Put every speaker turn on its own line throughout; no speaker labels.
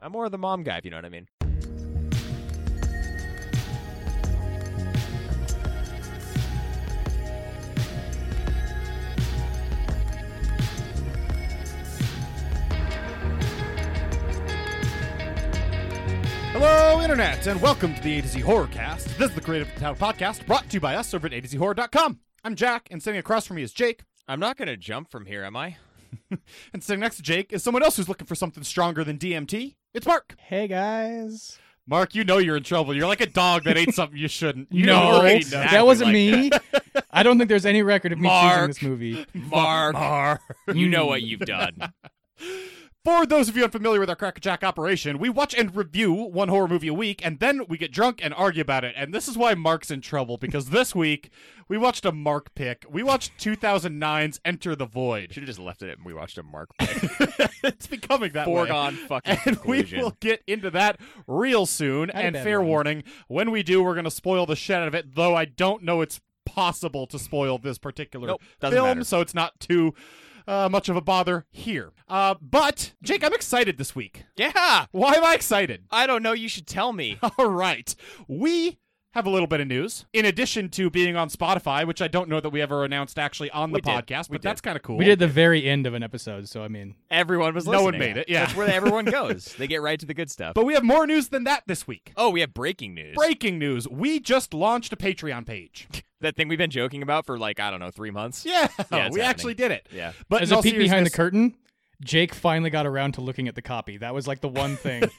I'm more of the mom guy, if you know what I mean.
Hello, Internet, and welcome to the A to Z Horrorcast. This is the Creative Town podcast brought to you by us over at A to Z Horror.com. I'm Jack, and sitting across from me is Jake.
I'm not going to jump from here, am I?
And sitting next to Jake is someone else who's looking for something stronger than DMT. It's Mark.
Hey guys.
Mark, you know you're in trouble. You're like a dog that ate something you shouldn't. You
no,
already know.
that wasn't me. I don't think there's any record of me choosing
Mark.
this movie.
Mark,
Mark.
you know what you've done.
For those of you unfamiliar with our Crackerjack operation, we watch and review one horror movie a week, and then we get drunk and argue about it. And this is why Mark's in trouble, because this week we watched a Mark pick. We watched 2009's Enter the Void.
Should have just left it and we watched a Mark
it's becoming that way.
foregone fucking
And we
conclusion.
will get into that real soon.
Had a
and
bad
fair
one.
warning, when we do, we're going to spoil the shit out of it, though I don't know it's possible to spoil this particular
Nope, doesn't
film,
matter.
so it's not too uh, much of a bother here. Uh, but, Jake, I'm excited this week.
Yeah,
Why am I excited?
I don't know. You should tell me.
All right. We have a little bit of news. In addition to being on Spotify, which I don't know that we ever announced actually on the
We did.
podcast,
We
but that's kind of cool.
We did the very end of an episode, so I mean,
Everyone was
No
listening.
one made it, yeah.
That's where everyone goes. They get right to the good stuff.
But we have more news than that this week.
oh, we have breaking news.
Breaking news. We just launched a Patreon page.
That thing we've been joking about for like I don't know three months.
Yeah,
Yeah, it's
we actually did it.
Yeah.
But
as
in
a
all
peek behind the
seriousness-
curtain, Jake finally got around to looking at the copy. That was like the one thing.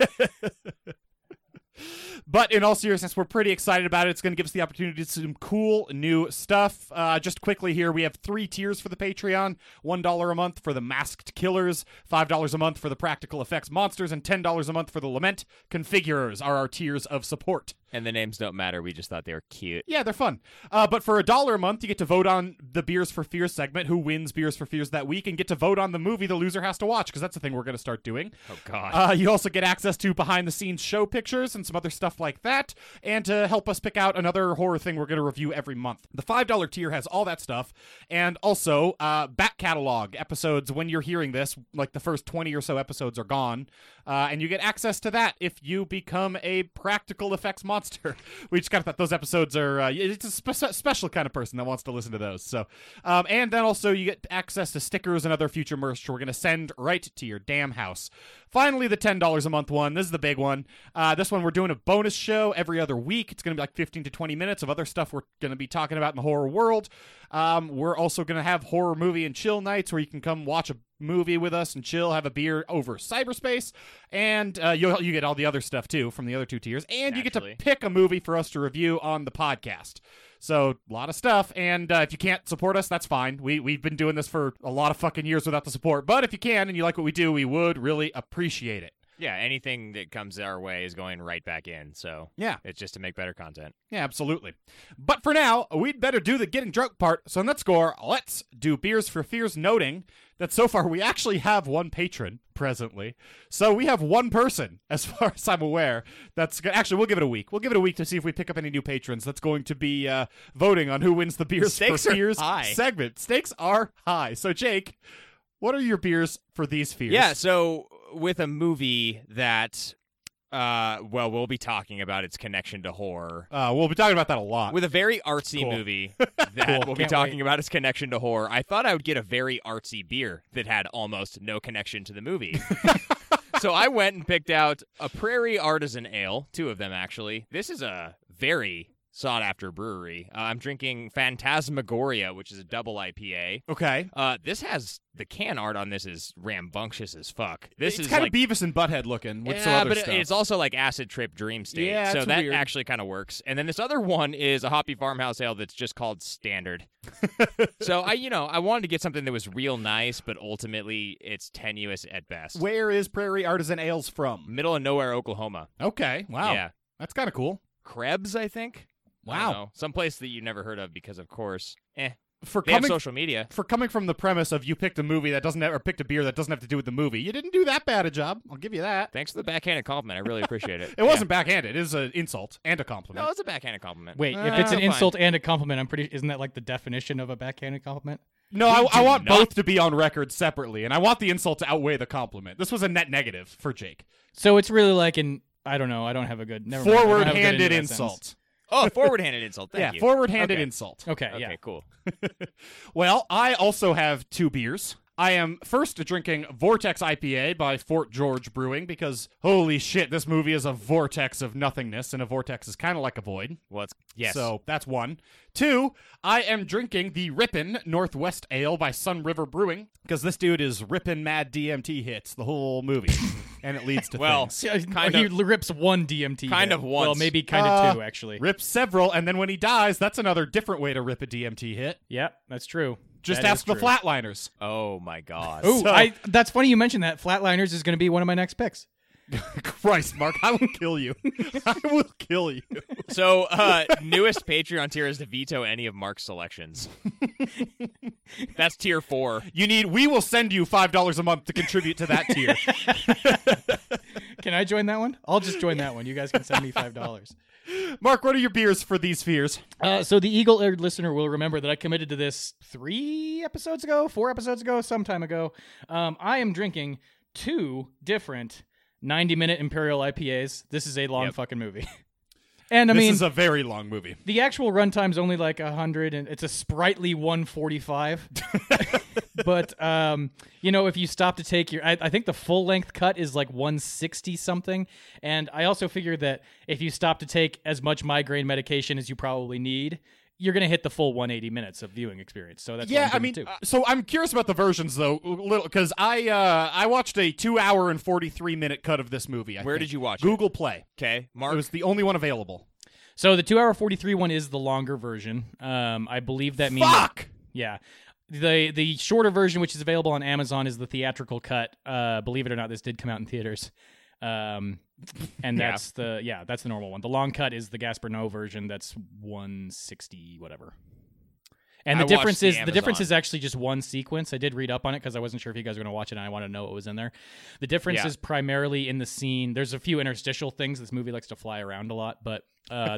But in all seriousness, we're pretty excited about it. It's going to give us the opportunity to do some cool new stuff. Uh, just quickly here, we have three tiers for the Patreon: one dollar a month for the Masked Killers, five dollars a month for the Practical Effects Monsters, and ten dollars a month for the Lament Configurers. Are our tiers of support?
And the names don't matter. We just thought they were cute.
Yeah, they're fun. Uh, but for a dollar a month, you get to vote on the Beers for Fears segment, who wins Beers for Fears that week, and get to vote on the movie the loser has to watch because that's the thing we're going to start doing.
Oh God.
Uh, you also get access to behind the scenes show pictures and some other stuff like that, and to help us pick out another horror thing we're going to review every month. The $5 tier has all that stuff, and also uh, back catalog episodes when you're hearing this, like the first 20 or so episodes are gone, uh, and you get access to that if you become a practical effects monster. we just got that those episodes are, uh, it's a spe- special kind of person that wants to listen to those. So, um, and then also you get access to stickers and other future merch we're going to send right to your damn house. Finally, the ten dollars a month one. This is the big one. Uh, this one we're doing a bonus show every other week. It's going to be like fifteen to twenty minutes of other stuff we're going to be talking about in the horror world. Um, we're also going to have horror movie and chill nights where you can come watch a movie with us and chill, have a beer over cyberspace, and uh, you you get all the other stuff too from the other two tiers, and you get to
Naturally.
pick a movie for us to review on the podcast. So a lot of stuff, and uh, if you can't support us, that's fine. We we've been doing this for a lot of fucking years without the support, but if you can and you like what we do, we would really appreciate it.
yeah. Anything that comes our way is going right back in. So
Yeah,
it's just to make better content.
yeah, absolutely. But for now, we'd better do the getting drunk part. So on that score, let's do beers for fears, noting that so far we actually have one patron presently. So we have one person, as far as I'm aware. That's go- actually we'll give it a week. We'll give it a week to see if we pick up any new patrons. That's going to be uh, voting on who wins the beers
Stakes
for
are
fears
high.
segment. Stakes are high. So Jake, what are your beers for these fears?
Yeah, so with a movie that uh well, we'll be talking about its connection to horror.
Uh, we'll be talking about that a lot.
With a very artsy
Cool.
movie that we'll be
Can't
talking about its connection to horror, I thought I would get a very artsy beer that had almost no connection to the movie. so I went and picked out a Prairie Artisan Ale, two of them actually. This is a very sought after brewery. Uh, I'm drinking Phantasmagoria, which is a double IPA.
okay.
Uh, this has the can art on this is rambunctious as fuck. This
it's
is
kind
like,
of Beavis and Butthead looking with
yeah,
some other
but it-
stuff.
it's also like acid trip dream state.
Yeah,
so
it's
that
weird.
actually kind of works. And then this other one is a hoppy farmhouse ale that's just called standard. so I, you know, I wanted to get something that was real nice, but ultimately it's tenuous at best.
Where is Prairie Artisan Ales from?
Middle of nowhere, Oklahoma.
Okay, wow,
Yeah,
that's kind of cool.
Krebs, I think. I don't
Wow,
know. someplace that you never heard of because, of course, eh,
for
they have
coming
social media.
for coming from the premise of you picked a movie that doesn't have, or picked a beer that doesn't have to do with the movie, you didn't do that bad a job. I'll give you that.
Thanks for the backhanded compliment. I really appreciate it.
It wasn't backhanded. It is an insult and a compliment.
No, it's a backhanded compliment.
Wait,
Uh,
if it's an
Ah, fine.
insult and a compliment, I'm pretty. Isn't that like the definition of a backhanded compliment?
No, I, I
do
want
not-
both to be on record separately, and I want the insult to outweigh the compliment. This was a net negative for Jake.
So it's really like an I don't know. I don't have a good never mind, I don't have a good end to
Forward-handed
that
insult.
Oh, forward-handed insult. Thank
yeah,
you.
forward-handed
Okay.
insult.
sentence. Okay,
okay,
yeah.
cool.
Well, I also have two beers. I am first drinking Vortex IPA by Fort George Brewing because holy shit, this movie is a vortex of nothingness, and a vortex is kind of like a void.
Well, it's, yes.
So that's one. Two, I am drinking the Rippin' Northwest Ale by Sun River Brewing because this dude is ripping mad DMT hits the whole movie, and it leads to
well,
things.
Yeah,
kind
he
of.
rips one DMT.
Kind
hit.
of
Well,
once.
maybe kind
Uh,
of two actually.
rips several, and then when he dies, that's another different way to rip a DMT hit.
yeah, that's true.
Just
That is
ask the
true.
flatliners.
Oh my god.
Ooh,
So-
I, that's funny you mentioned that. Flatliners is going to be one of my next picks.
Christ, Mark, I will kill you. I will kill you.
So, uh, newest Patreon tier is to veto any of Mark's selections. That's tier four.
You need. We will send you five dollars a month to contribute to that tier.
Can I join that one? I'll just join that one. You guys can send me five dollars.
Mark, what are your beers for these fears?
Uh, so the eagle eared listener will remember that I committed to this three episodes ago, four episodes ago, some time ago. Um, I am drinking two different 90 minute Imperial IPAs. This is a long
Yep.
fucking movie. and I
this
mean,
is a very long movie.
the actual runtime's only like 100 and it's a sprightly 145 but um, you know if you stop to take your I, I think the full length cut is like 160 something and i also figure that if you stop to take as much migraine medication as you probably need you're gonna hit the full 180 minutes of viewing experience so that's
Yeah,
what
I
I'm
mean,
doing, too.
uh, so I'm curious about the versions though, little because I uh, I watched a two hour and forty three minute cut of this movie. I
Where
think.
did you watch it?
Google Play.
Okay, Mark.
It was the only one available.
so the two hour 43 one is the longer version um, i believe that means
Fuck.
Yeah. The the shorter version, which is available on Amazon, is the theatrical cut. Uh, believe it or not, this did come out in theaters. Um, and that's the yeah, that's the normal one. The long cut is the Gasparno version. That's one sixty whatever. And
I
the
watched
difference
the
is the difference
Amazon.
is actually just one sequence. I did read up on it because I wasn't sure if you guys were going to watch it, and I wanted to know what was in there. The difference
Yeah.
is primarily in the scene. There's a few interstitial things. This movie likes to fly around a lot, but uh,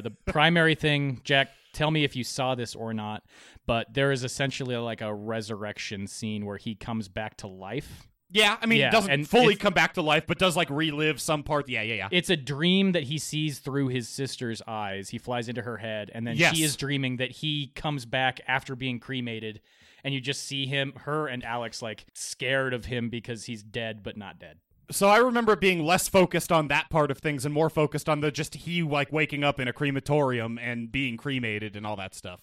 the primary thing, Jack, tell me if you saw this or not. But there is essentially like a resurrection scene where he comes back to life.
Yeah, I mean,
Yeah,
it doesn't
and
fully
it's-
come back to life, but does like relive some part. Yeah, yeah, yeah.
It's a dream that he sees through his sister's eyes. He flies into her head, and then
Yes.
she is dreaming that he comes back after being cremated. And you just see him, her, and Alex like scared of him because he's dead but not dead.
So I remember being less focused on that part of things and more focused on the just he like waking up in a crematorium and being cremated and all that stuff.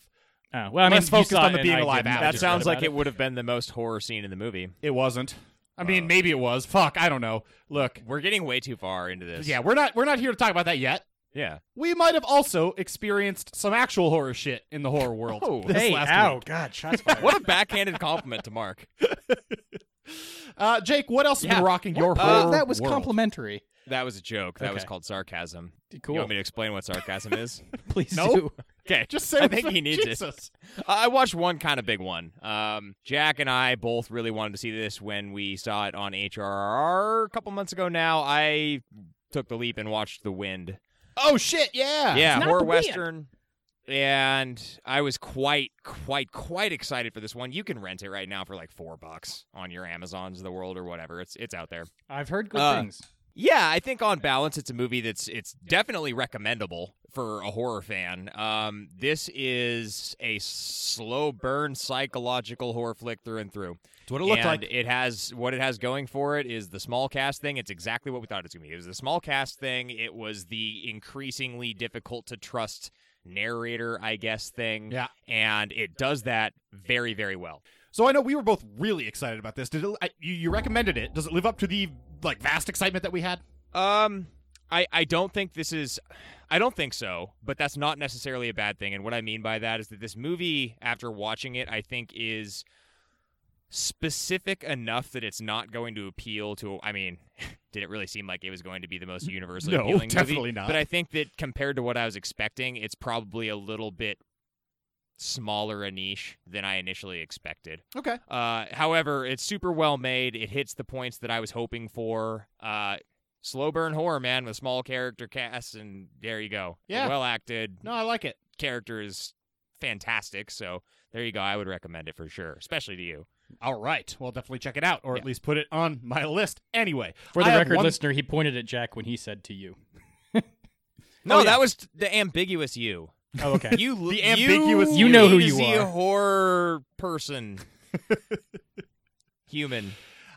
Oh, well, I mean,
Less
you
focused
saw
on
it
the
and
being
I did
alive
not.
act.
I
that
just
sounds
read
like
about
it would have been the most horror scene in the movie.
It wasn't. I
Uh.
mean, maybe it was. Fuck, I don't know. Look,
We're getting way too far into this.
yeah, we're not we're not here to talk about that yet.
yeah.
We might have also experienced some actual horror shit in the horror world.
Oh,
this
Hey,
last
ow,
week.
God, shots fired.
What a backhanded compliment to Mark.
Uh, Jake, what else has
Yeah.
been rocking your
Uh,
horror
that was
world?
complimentary.
That was a joke. That was
Okay.
called sarcasm.
Cool.
You want me to explain what sarcasm is?
Please
No.
do.
Okay,
Just say
I
what's
think
up.
he needs it.
Jesus.
I watched one kind of big one. Um, Jack and I both really wanted to see this when we saw it on HRR a couple months ago. Now I took the leap and watched The Wind.
Oh shit, yeah.
yeah,
not
horror
The Wind.
western. And I was quite, quite, quite excited for this one. You can rent it right now for like four bucks on your Amazons of the world or whatever. It's it's out there.
I've heard good
Uh,
things.
Yeah, I think on balance, it's a movie that's it's definitely recommendable for a horror fan. Um, this is a slow burn psychological horror flick through and through.
That's what
and it has what it has going for it is the small cast thing. It's exactly what we thought it was going to be. It was the small cast thing. It was the increasingly difficult to trust narrator, I guess, thing.
Yeah.
and it does that very, very well.
So I know we were both really excited about this. Did it, I, you, you recommended it? Does it live up to the like vast excitement that we had?
Um, I I don't think this is, I don't think so. But that's not necessarily a bad thing. And what I mean by that is that this movie, after watching it, I think is specific enough that it's not going to appeal to. I mean, did it really seem like it was going to be the most universally
No,
appealing? movie?
definitely not.
But I think that compared to what I was expecting, it's probably a little bit smaller a niche than I initially expected.
Okay.
Uh, however, it's super well made. It hits the points that I was hoping for. Uh, slow burn horror, man, with small character casts, and there you go.
Yeah.
Well acted.
No, I like it.
Characters fantastic. So there you go. I would recommend it for sure, especially to you.
All right. Well, definitely check it out, or at
Yeah.
least put it on my list. Anyway,
For the
I have
record
one-
listener, he pointed at Jack when he said to you.
No,
yeah.
that was t- the ambiguous you.
Oh, okay.
You l-
The
you-
ambiguous
You know who
A to
you
Z
are.
horror person. Human.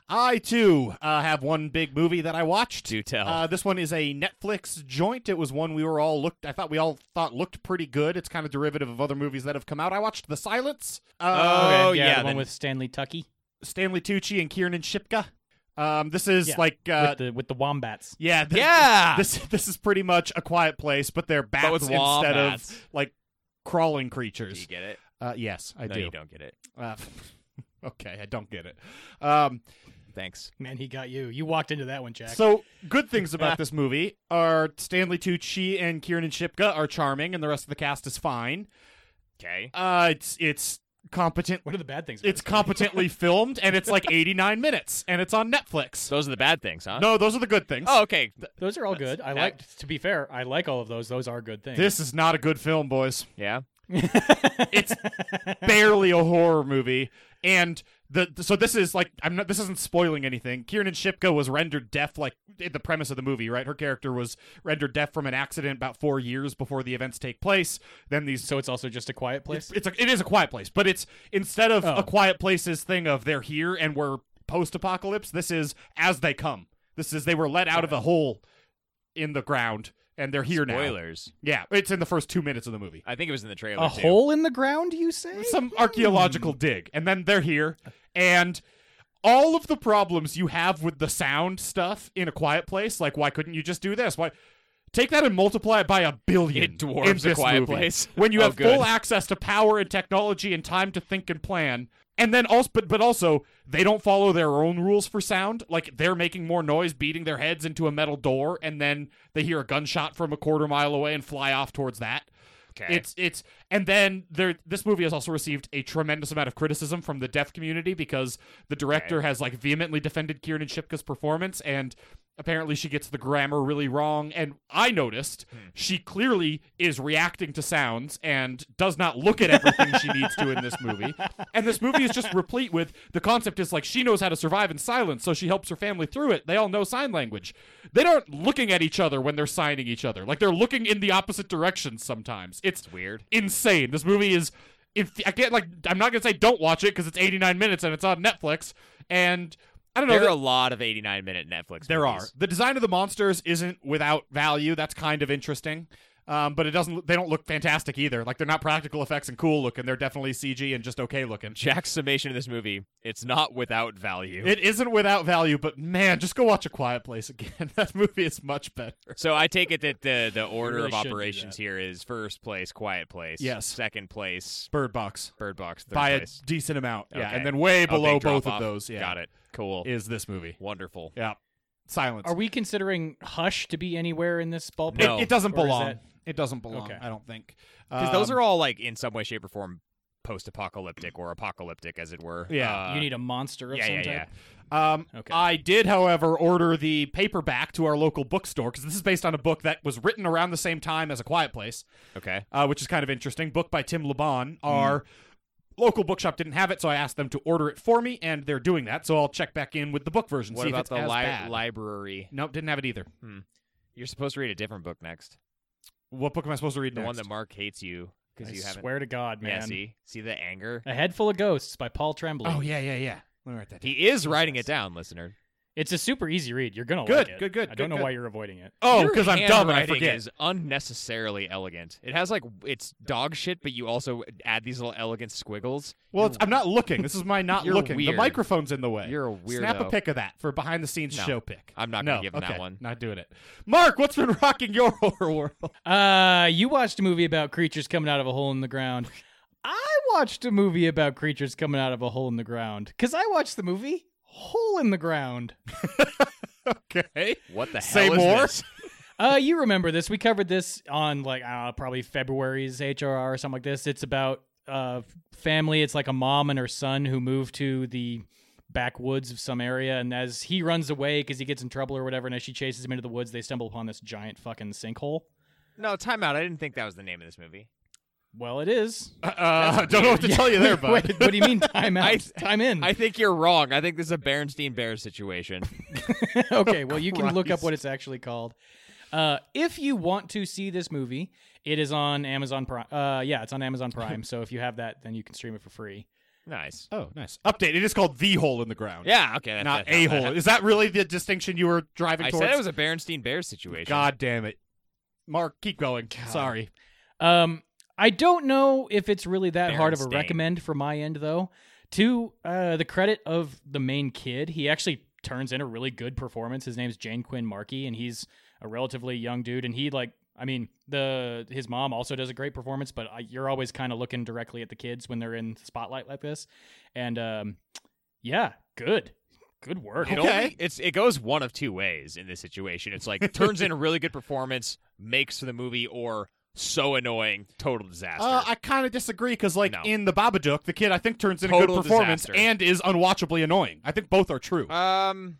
I too uh, have one big movie that I watched.
Do tell.
Uh, this one is a Netflix joint. It was one we were all looked. I thought we all thought looked pretty good. It's kind of derivative of other movies that have come out. I watched The Silence. Uh,
Oh,
Okay, yeah,
yeah,
the one
then-
with Stanley Tucky
Stanley Tucci and Kiernan Shipka. Um, this is
Yeah.
like uh,
with the with the wombats.
yeah, th-
yeah.
This this is pretty much a quiet place, but they're bats
Ah. with
instead
wombats.
of like crawling
do you
creatures.
get it?
Uh, yes, I
no,
do.
you don't get it.
Uh, okay, I don't get it. Um,
Thanks.
Man, he got you. You walked into that one, Jack.
So, good things about this movie are Stanley Tucci and Kieran Shipka are charming, and the rest of the cast is fine.
Okay.
Uh, it's it's competent.
what are the bad things? about
It's
this movie?
competently filmed, and it's like 89 minutes, and it's on Netflix.
Those are the bad things, huh?
No, those are the good things.
Oh, okay.
Those are all good. I
that-
like. To be fair, I like all of those. Those are good things.
This is not a good film, boys.
Yeah.
It's barely a horror movie, and. The, so this is like I'm not. This isn't spoiling anything. Kieran Shipka was rendered deaf, like in the premise of the movie, right? Her character was rendered deaf from an accident about four years before the events take place. Then these
so it's also just a quiet place.
It's a, it is a quiet place, but it's instead of
Oh.
a quiet place's thing of they're here and we're post-apocalypse. This is as they come. This is they were let out of a hole in the ground and they're here now.
Spoilers.
Yeah, it's in the first two minutes of the movie.
I think it was in the trailer.
a
too.
hole in the ground, you say?
Some archaeological dig, and then they're here, and all of the problems you have with the sound stuff in a quiet place, like why couldn't you just do this? Why? Take that and multiply it by a billion.
It dwarfs
in
A
this
Quiet
movie.
Place.
when you
Oh,
have
good.
full access to power and technology and time to think and plan. And then also, but, but also, they don't follow their own rules for sound. Like they're making more noise, beating their heads into a metal door, and then they hear a gunshot from a quarter mile away and fly off towards that.
Okay.
It's it's and then there this movie has also received a tremendous amount of criticism from the deaf community because the director has like vehemently defended Kieran Shipka's performance and apparently she gets the grammar really wrong and I noticed
Hmm.
she clearly is reacting to sounds and does not look at everything she needs to in this movie. And this movie is just replete with the concept is like she knows how to survive in silence so she helps her family through it. They all know sign language. They aren't looking at each other when they're signing each other. Like they're looking in the opposite directions sometimes. It's
It's weird.
insane. This movie is. If I can't like, I'm not gonna say don't watch it because it's 89 minutes and it's on Netflix. And I don't know.
There are
the-
a lot of 89 minute Netflix.
there are
movies.
the design of the monsters isn't without value. That's kind of interesting. Um, but it doesn't. They don't look fantastic either. Like they're not practical effects and cool looking. They're definitely CG and just okay looking.
Jack's summation of this movie. It's not without value.
It isn't without value, but man, just go watch A Quiet Place again. that movie is much better.
so I take it that the the order
really
of
should do
operations here is first place, Quiet Place.
Yes.
Second place,
Bird Box
Bird Box. Third
by a
place.
decent amount. Yeah,
Okay. Oh,
and then way
A
below
big
both
drop-off.
of those. Yeah,
Got it. Cool.
Is this movie?
Wonderful.
Yeah, silence.
Are we considering Hush to be anywhere in this ballpark?
No.
It, it doesn't
Or is
belong.
that-
It doesn't belong.
Okay.
I don't think
Because those
Um,
are all like in some way, shape, or form post-apocalyptic or apocalyptic, as it were.
Yeah.
Uh,
you need a monster of
yeah,
some
yeah,
type.
yeah.
Um,
Okay.
I did, however, order the paperback to our local bookstore because this is based on a book that was written around the same time as A Quiet Place,
Okay.
uh, which is kind of interesting. Book by Tim LeBon.
Hmm.
Our local bookshop didn't have it, so I asked them to order it for me, and they're doing that. So I'll check back in with the book version.
What
see if
about
it's
the
as
li-
bad.
library?
Nope, didn't have it either.
You're supposed to read a different book next.
What book am I supposed to read
The
next?
one that Mark hates you
I
because you haven't.
swear to God,
yeah.
man.
See, see the anger.
A Head Full of Ghosts by Paul Tremblay.
oh yeah, yeah, yeah. Let me write that. down.
He is writing it down, listener.
It's a super easy read. You're gonna
Good,
like it.
good, good,
I don't
good,
know
good.
why you're avoiding it.
Oh,
Your
because I'm dumb and I
handwriting
forget.
Is unnecessarily elegant. It has like it's dog shit, but you also add these little elegant squiggles.
Well, it's, I'm not looking. This is my not
You're
looking. The
weird.
microphone's in the way.
You're a
Snap a
weirdo.
pic of that for behind the scenes
No.
show pic.
I'm not gonna
no.
give him
okay.
that one.
Not doing it. Mark, what's been rocking your horror world?
Uh, you watched a movie about creatures coming out of a hole in the ground. I watched a movie about creatures coming out of a hole in the ground because I watched the movie Hole in the Ground.
Okay.
What the
Say
hell
more.
is this?
Uh, you remember this? We covered this on like I don't know, probably February's HRR or something like this. It's about uh family. It's like a mom and her son who move to the backwoods of some area, and as he runs away because he gets in trouble or whatever, and as she chases him into the woods, they stumble upon this giant fucking sinkhole.
No, time out. I didn't think that was the name of this movie.
Well, it is.
Uh, I don't know what to tell you there, bud.
Wait, what do you mean time out?
I-
time in.
I think you're wrong. I think this is a Berenstein Bears situation.
okay, well, you can look up what it's actually called. Uh, if you want to see this movie, it is on Amazon Prime. Uh, yeah, it's on Amazon Prime. so if you have that, then you can stream it for free.
nice.
Oh, nice. Update. It is called the hole in the ground.
Yeah. Okay. That,
Not
that-
a
that-
hole. Is that really the distinction you were driving
I
towards?
said it was a Berenstein Bears situation.
God damn it. Mark, keep going. Sorry.
Um, I don't know if it's really that hard of a
Berenstain.
recommend for my end, though. To uh, the credit of the main kid, he actually turns in a really good performance. His name's Jane Quinn Markey, and he's a relatively young dude. And he like, I mean, the his mom also does a great performance, but I, you're always kind of looking directly at the kids when they're in the spotlight like this. And um, yeah, good, good work.
It
Okay.
only, it's it goes one of two ways in this situation. It's like turns in a really good performance, makes the movie, or so annoying, total disaster.
Uh, I kind of disagree because, like,
No.
in The Babadook, the kid I think turns in a
Total
good performance
disaster.
and is unwatchably annoying. I think both are true.
um,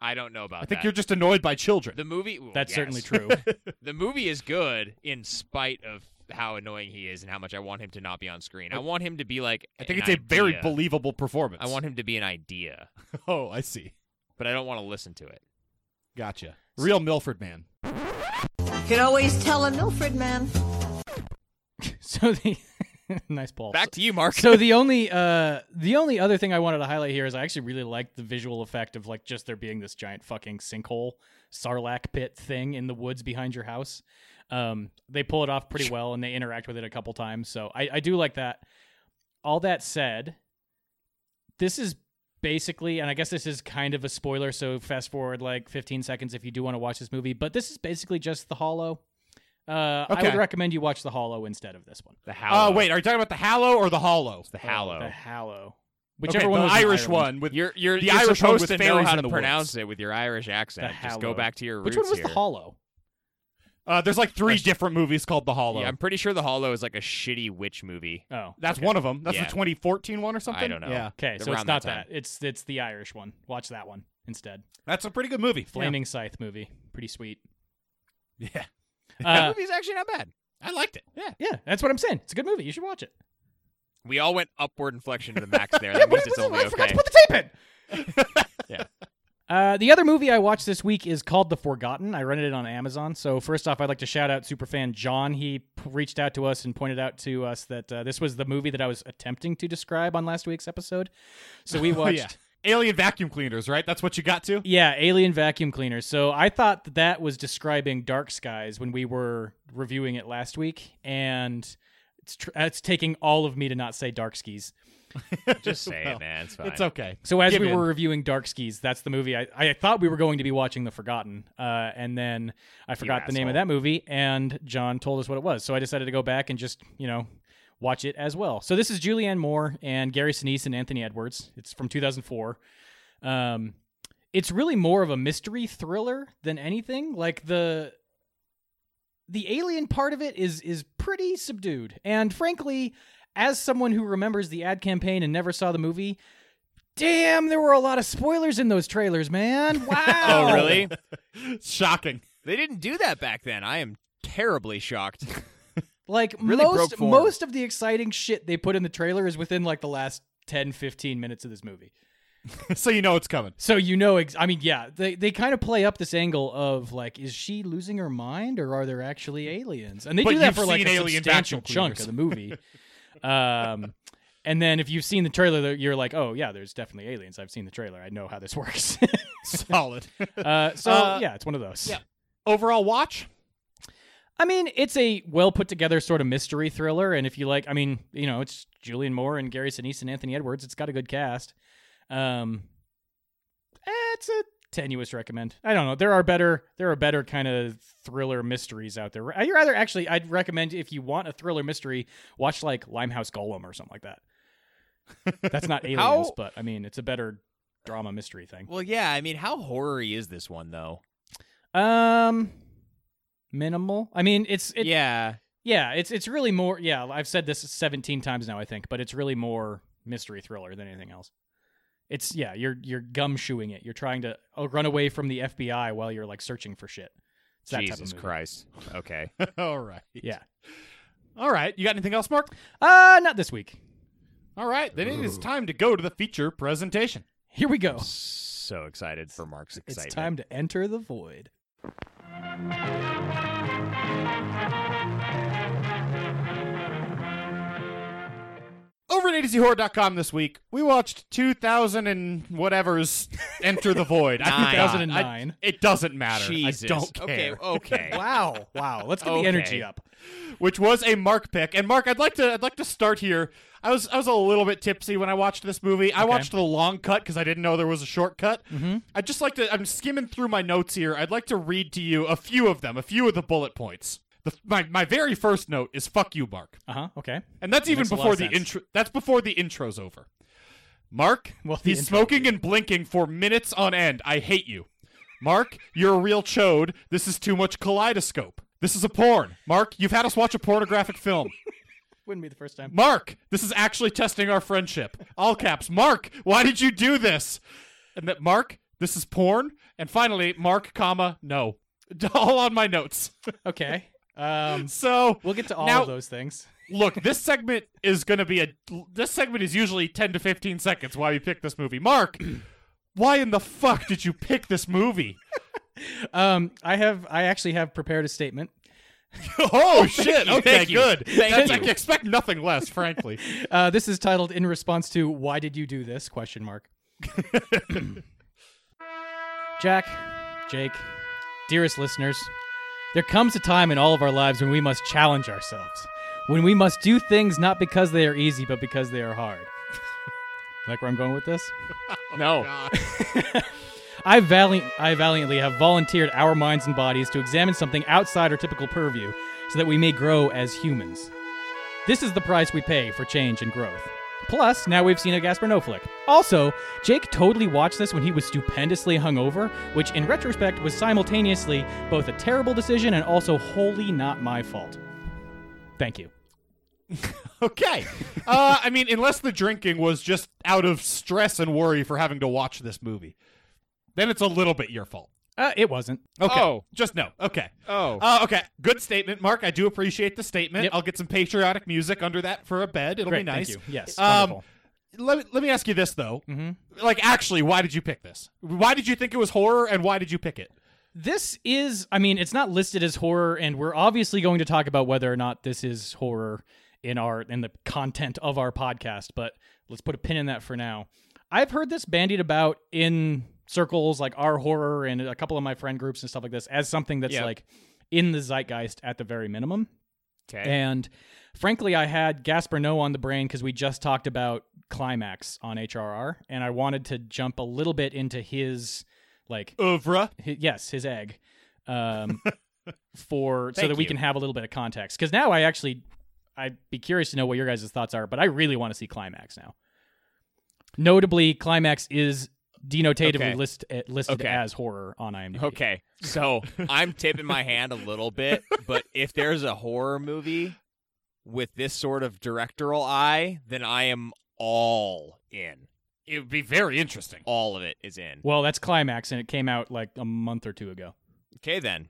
I don't know about
I think
that.
you're just annoyed by children.
the movie. well,
That's
yes.
certainly true.
The movie is good in spite of how annoying he is and how much I want him to not be on screen. I want him to be like.
I think
an
it's a very
idea.
believable performance.
uh, I want him to be an idea,
Oh, I see.
but I don't want to listen to it.
Gotcha. Real Milford man.
Can always tell a Milford man.
so the nice ball.
Back to you, Mark.
so the only uh the only other thing I wanted to highlight here is I actually really liked the visual effect of like just there being this giant fucking sinkhole sarlacc pit thing in the woods behind your house. Um, they pull it off pretty well and they interact with it a couple times, so I, I do like that. All that said, this is basically, and I guess this is kind of a spoiler, so fast forward like 15 seconds if you do want to watch this movie. But this is basically just The Hollow. Uh, I
Okay.
would recommend you watch The Hollow instead of this one.
the
Oh,
Hallow.
wait. Are you talking about the Hallow or the Hollow?
the
The
Hallow.
Hallow.
Okay,
Whichever one
the
was in
Irish
Ireland.
one with
You're you're
The
you're
Irish one
supposed
with
to know
fairies
how
in
to
the
pronounce
woods.
it with your Irish accent.
The
Just go
Hallow.
back to your
Which
roots
one was
here.
the Hollow?
Uh, there's like three different movies called The Hollow.
Yeah, I'm pretty sure The Hollow is like a shitty witch movie.
Oh,
That's one of them. That's
Yeah.
the 2014 one or something.
I don't know.
Yeah,
okay. So
Around
it's not
that time.
that. It's it's the Irish one. Watch that one instead.
that's a pretty good movie.
Flaming Scythe movie, pretty sweet.
Yeah,
That
Uh,
movie's actually not bad.
I liked it. Yeah,
yeah, that's what I'm saying. It's a good movie. You should watch it.
We all went upward inflection to the max there. That means it's only
I forgot
okay.
to put the tape in.
Yeah.
Uh, the other movie I watched this week is called The Forgotten. I rented it on Amazon. So first off, I'd like to shout out superfan John. He p- reached out to us and pointed out to us that uh, this was the movie that I was attempting to describe on last week's episode. So we watched
Oh, yeah. Alien vacuum cleaners, right? That's what you got to.
Yeah, alien vacuum cleaners. So I thought that, that was describing Dark Skies when we were reviewing it last week, and it's tr- it's taking all of me to not say Dark Skis.
Just say
Well,
it, man. It's fine.
It's okay.
So as
Give
we
in.
were reviewing Dark Skis, that's the movie I, I thought we were going to be watching, The Forgotten, uh, and then I forgot the name of
asshole.
that movie, and John told us what it was. So I decided to go back and just you know watch it as well. So this is Julianne Moore and Gary Sinise and Anthony Edwards. It's from 2004. Um, it's really more of a mystery thriller than anything. Like the the alien part of it is is pretty subdued. And frankly, as someone who remembers the ad campaign and never saw the movie, damn, there were a lot of spoilers in those trailers, man. Wow.
Oh really?
Shocking.
they didn't do that back then. I am terribly shocked.
Like
Really broke
most
form.
most of the exciting shit they put in the trailer is within like the last 10 15 minutes of this movie.
so you know it's coming.
So you know, ex- I mean, yeah, they they kind of play up this angle of like, is she losing her mind, or are there actually aliens? And they
But
do that
you've
for like
seen
a
alien
substantial
vacuum
chunk of the movie. um, and then if you've seen the trailer, you're like, oh yeah, there's definitely aliens. I've seen the trailer. I know how this works.
Solid.
uh, so
Uh,
yeah, it's one of those.
yeah. Overall watch.
I mean, it's a well put together sort of mystery thriller, and if you like, I mean, you know, it's Julian Moore and Gary Sinise and Anthony Edwards. It's got a good cast. Um, eh, it's a tenuous recommend. I don't know. There are better. There are better kind of thriller mysteries out there. I'd rather actually, I'd recommend if you want a thriller mystery, watch like Limehouse Golem or something like that. That's not aliens,
How-
but I mean, it's a better drama mystery thing.
well, yeah. I mean, how horror-y is this one though?
Um, minimal. I mean, it's it,
yeah.
Yeah, it's it's really more. Yeah, I've said this 17 times now, I think, but it's really more mystery thriller than anything else. It's yeah, you're you're gumshoeing it. You're trying to oh, run away from the FBI while you're like searching for shit. It's that type of
Jesus
movie.
Christ. Okay.
All right.
Yeah.
All right. You got anything else, Mark?
Uh, not this week.
All right. Then it is time to go to the feature presentation.
Here we go.
So excited for Mark's
It's
excitement.
time to enter the void.
Over at ADCHorror.com this week, we watched 2000 and whatever's Enter the Void. I forgot.
2009.
I- it doesn't matter.
Jesus.
I don't care.
Okay, oh, okay.
Wow, wow. Let's get
Okay.
the energy up.
which was a Mark pick. And Mark, I'd like to I'd like to start here. I was I was a little bit tipsy when I watched this movie. I watched the long cut because I didn't know there was a shortcut. I'd just like to. I'm skimming through my notes here. I'd like to read to you a few of them, a few of the bullet points. The, my my very first note is "fuck you, Mark,"
Uh huh. Okay.
and that's even
makes a lot
before
of
the
sense.
intro. That's before the intro's over. Mark,
Well, the
he's
intro-
smoking and blinking for minutes on end. I hate you. Mark, you're a real chode. This is too much kaleidoscope. This is a porn. Mark, you've had us watch a pornographic film.
Wouldn't be the first time.
Mark, this is actually testing our friendship. All caps. Mark, why did you do this? And that Mark, this is porn. And finally, Mark, comma, no. All on my notes.
Okay. Um,
So
we'll get to all
Now-
of those things.
look, this segment is going to be a. This segment is usually 10 to 15 seconds why we picked this movie. Mark, why in the fuck did you pick this movie?
Um, I have, I actually have prepared a statement.
oh, shit.
you,
okay,
thank you,
good.
thank
That's-
you.
I expect nothing less, frankly.
Uh, this is titled in response to "Why did you do this?" question mark. Jack, Jake, dearest listeners, there comes a time in all of our lives when we must challenge ourselves, when we must do things not because they are easy, but because they are hard. like where I'm going with this?
No.
I, valiant, I valiantly have volunteered our minds and bodies to examine something outside our typical purview so that we may grow as humans. This is the price we pay for change and growth. Plus, now we've seen a Gaspar No flick. Also, Jake totally watched this when he was stupendously hungover, which in retrospect was simultaneously both a terrible decision and also wholly not my fault. Thank you.
Okay. Uh, I mean, unless the drinking was just out of stress and worry for having to watch this movie, then it's a little bit your fault.
Uh, it wasn't.
Okay.
Oh.
Just no. Okay.
Oh.
Uh, okay. Good statement, Mark. I do appreciate the statement.
Yep.
I'll get some patriotic music under that for a bed. It'll be
Great,
nice.
thank you. Yes,
Um,
wonderful. Mm-hmm.
let, me- let me ask you this, though. Like, actually, why did you pick this? Why did you think it was horror and why did you pick it?
This is, I mean, it's not listed as horror, and we're obviously going to talk about whether or not this is horror in our in the content of our podcast. But let's put a pin in that for now. I've heard this bandied about in circles like our horror and a couple of my friend groups and stuff like this as something that's
Yeah.
like in the zeitgeist at the very minimum.
Okay.
And frankly, I had Gaspar Noe on the brain because we just talked about climax on HRR, and I wanted to jump a little bit into his like
Oeuvre.
hi- yes, his egg, um, for so
Thank
that we
you.
can have a little bit of context. Because now I actually, I'd be curious to know what your guys' thoughts are, but I really want to see climax now. Notably, climax is denotatively
Okay.
list, eh, listed
Okay.
as horror on IMDb.
Okay, so I'm tipping my hand a little bit, but if there's a horror movie with this sort of directoral eye, then I am all in.
It would be very interesting.
All of it is in.
Well, that's climax, and it came out like a month or two ago.
Okay, then.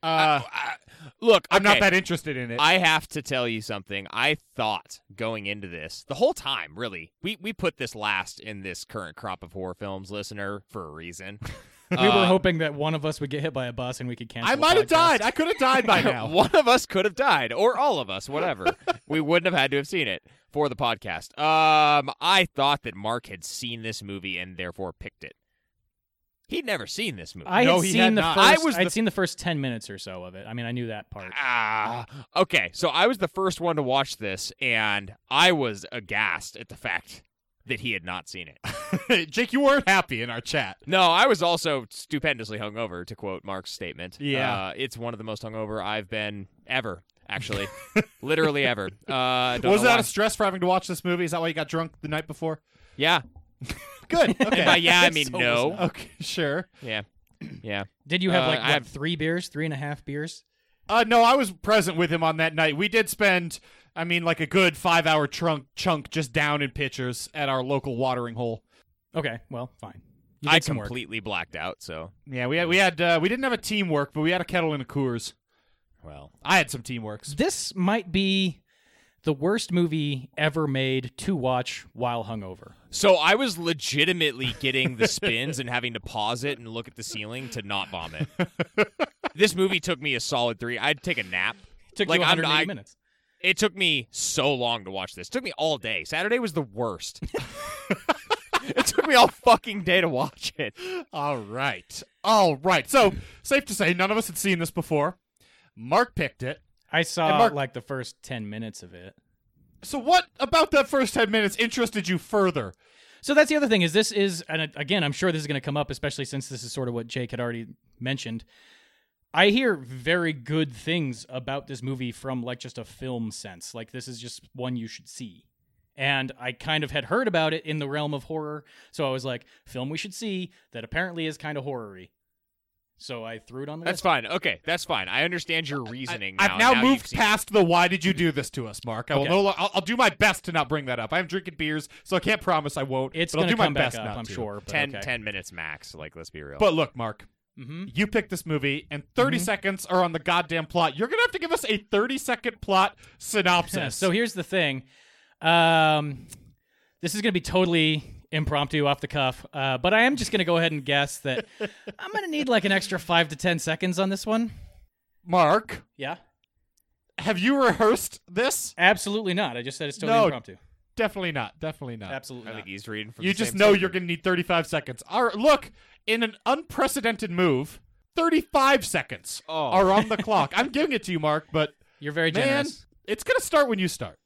Uh,
I- Look,
I'm not
okay,
that interested in it.
I have to tell you something. I thought going into this the whole time, really. We we put this last in this current crop of horror films, listener, for a reason. Uh,
We were hoping that one of us would get hit by a bus and we could cancel.
Uh, I
the
might have
podcast.
died. I could have died by now.
One of us could have died, or all of us, whatever. we wouldn't have had to have seen it for the podcast. Um, I thought that Mark had seen this movie and therefore picked it. He'd never seen this movie.
I had
No, he
seen
had
the
not.
first.
I
I
was
would
the-
seen the first ten minutes or so of it. I mean, I knew that part.
Ah, okay. So I was the first one to watch this, and I was aghast at the fact that he had not seen it.
Jake, you weren't happy in our chat.
No, I was also stupendously hungover, to quote Mark's statement.
Yeah.
Uh, it's one of the most hungover I've been ever, actually. Literally ever. Uh, don't
Was
know
it out
why.
of stress for having to watch this movie? Is that why you got drunk the night before?
Yeah.
Good. Okay.
And by yeah, I mean
So was
no.
not.
Okay, sure.
Yeah. Yeah.
Did you have
Uh,
like
I
what,
have-
three beers, three and a half beers?
Uh, no, I was present with him on that night. We did spend, I mean, like a good five-hour trunk chunk just down in pitchers at our local watering hole.
Okay, well, fine. You
I
did some work.
completely blacked out, so
Yeah, we had we had uh, we didn't have a teamwork, but we had a kettle and a Coors.
Well,
I had some teamworks.
This might be the worst movie ever made to watch while hungover.
so I was legitimately getting the spins and having to pause it and look at the ceiling to not vomit. this movie took me a solid three. I'd take a nap.
Took
Like,
you
I'm-
180
I-
minutes.
It took me so long to watch this. It took me all day. Saturday was the worst. it took me all fucking day to watch it.
All right. All right. So, safe to say, none of us had seen this before. Mark picked it.
I saw
Mark-
like the first 10 minutes of it.
So, what about that first 10 minutes interested you further?
So that's the other thing is this is and again I'm sure this is going to come up especially since this is sort of what Jake had already mentioned. I hear very good things about this movie from like just a film sense. Like this is just one you should see. And I kind of had heard about it in the realm of horror, so I was like, film we should see that apparently is kind of horror-y. So I threw it on the
That's
list.
fine. Okay, that's fine. I understand your reasoning.
I,
now.
have now,
you've
moved
seen-
past the why did you do this to us, Mark. I will
Okay.
no lo- I'll, I'll do my best to not bring that up. I'm drinking beers, so I can't promise I won't.
It's
but I'll
going to
do my
come back
best
up,
not
I'm
to.
sure. But
10,
okay.
10 minutes max. Like, let's be real.
But look, Mark,
Mhm.
you picked this movie, and 30 seconds are on the goddamn plot. You're going to have to give us a 30 second plot synopsis.
So here's the thing. Um, this is going to be totally impromptu off the cuff, uh, but I am just going to go ahead and guess that I'm going to need like an extra five to 10 seconds on this one.
Mark,
Yeah.
have you rehearsed this?
Absolutely not. I just said it's totally
No.
impromptu.
Definitely not. Definitely not.
Absolutely
I think
not.
he's reading from.
You
the
just
same
know
section.
you're going to need 35 seconds. All right, look, in an unprecedented move, 35 seconds
Oh.
are on the clock. I'm giving it to you, Mark, but
You're very
man,
generous.
it's going to start when you start.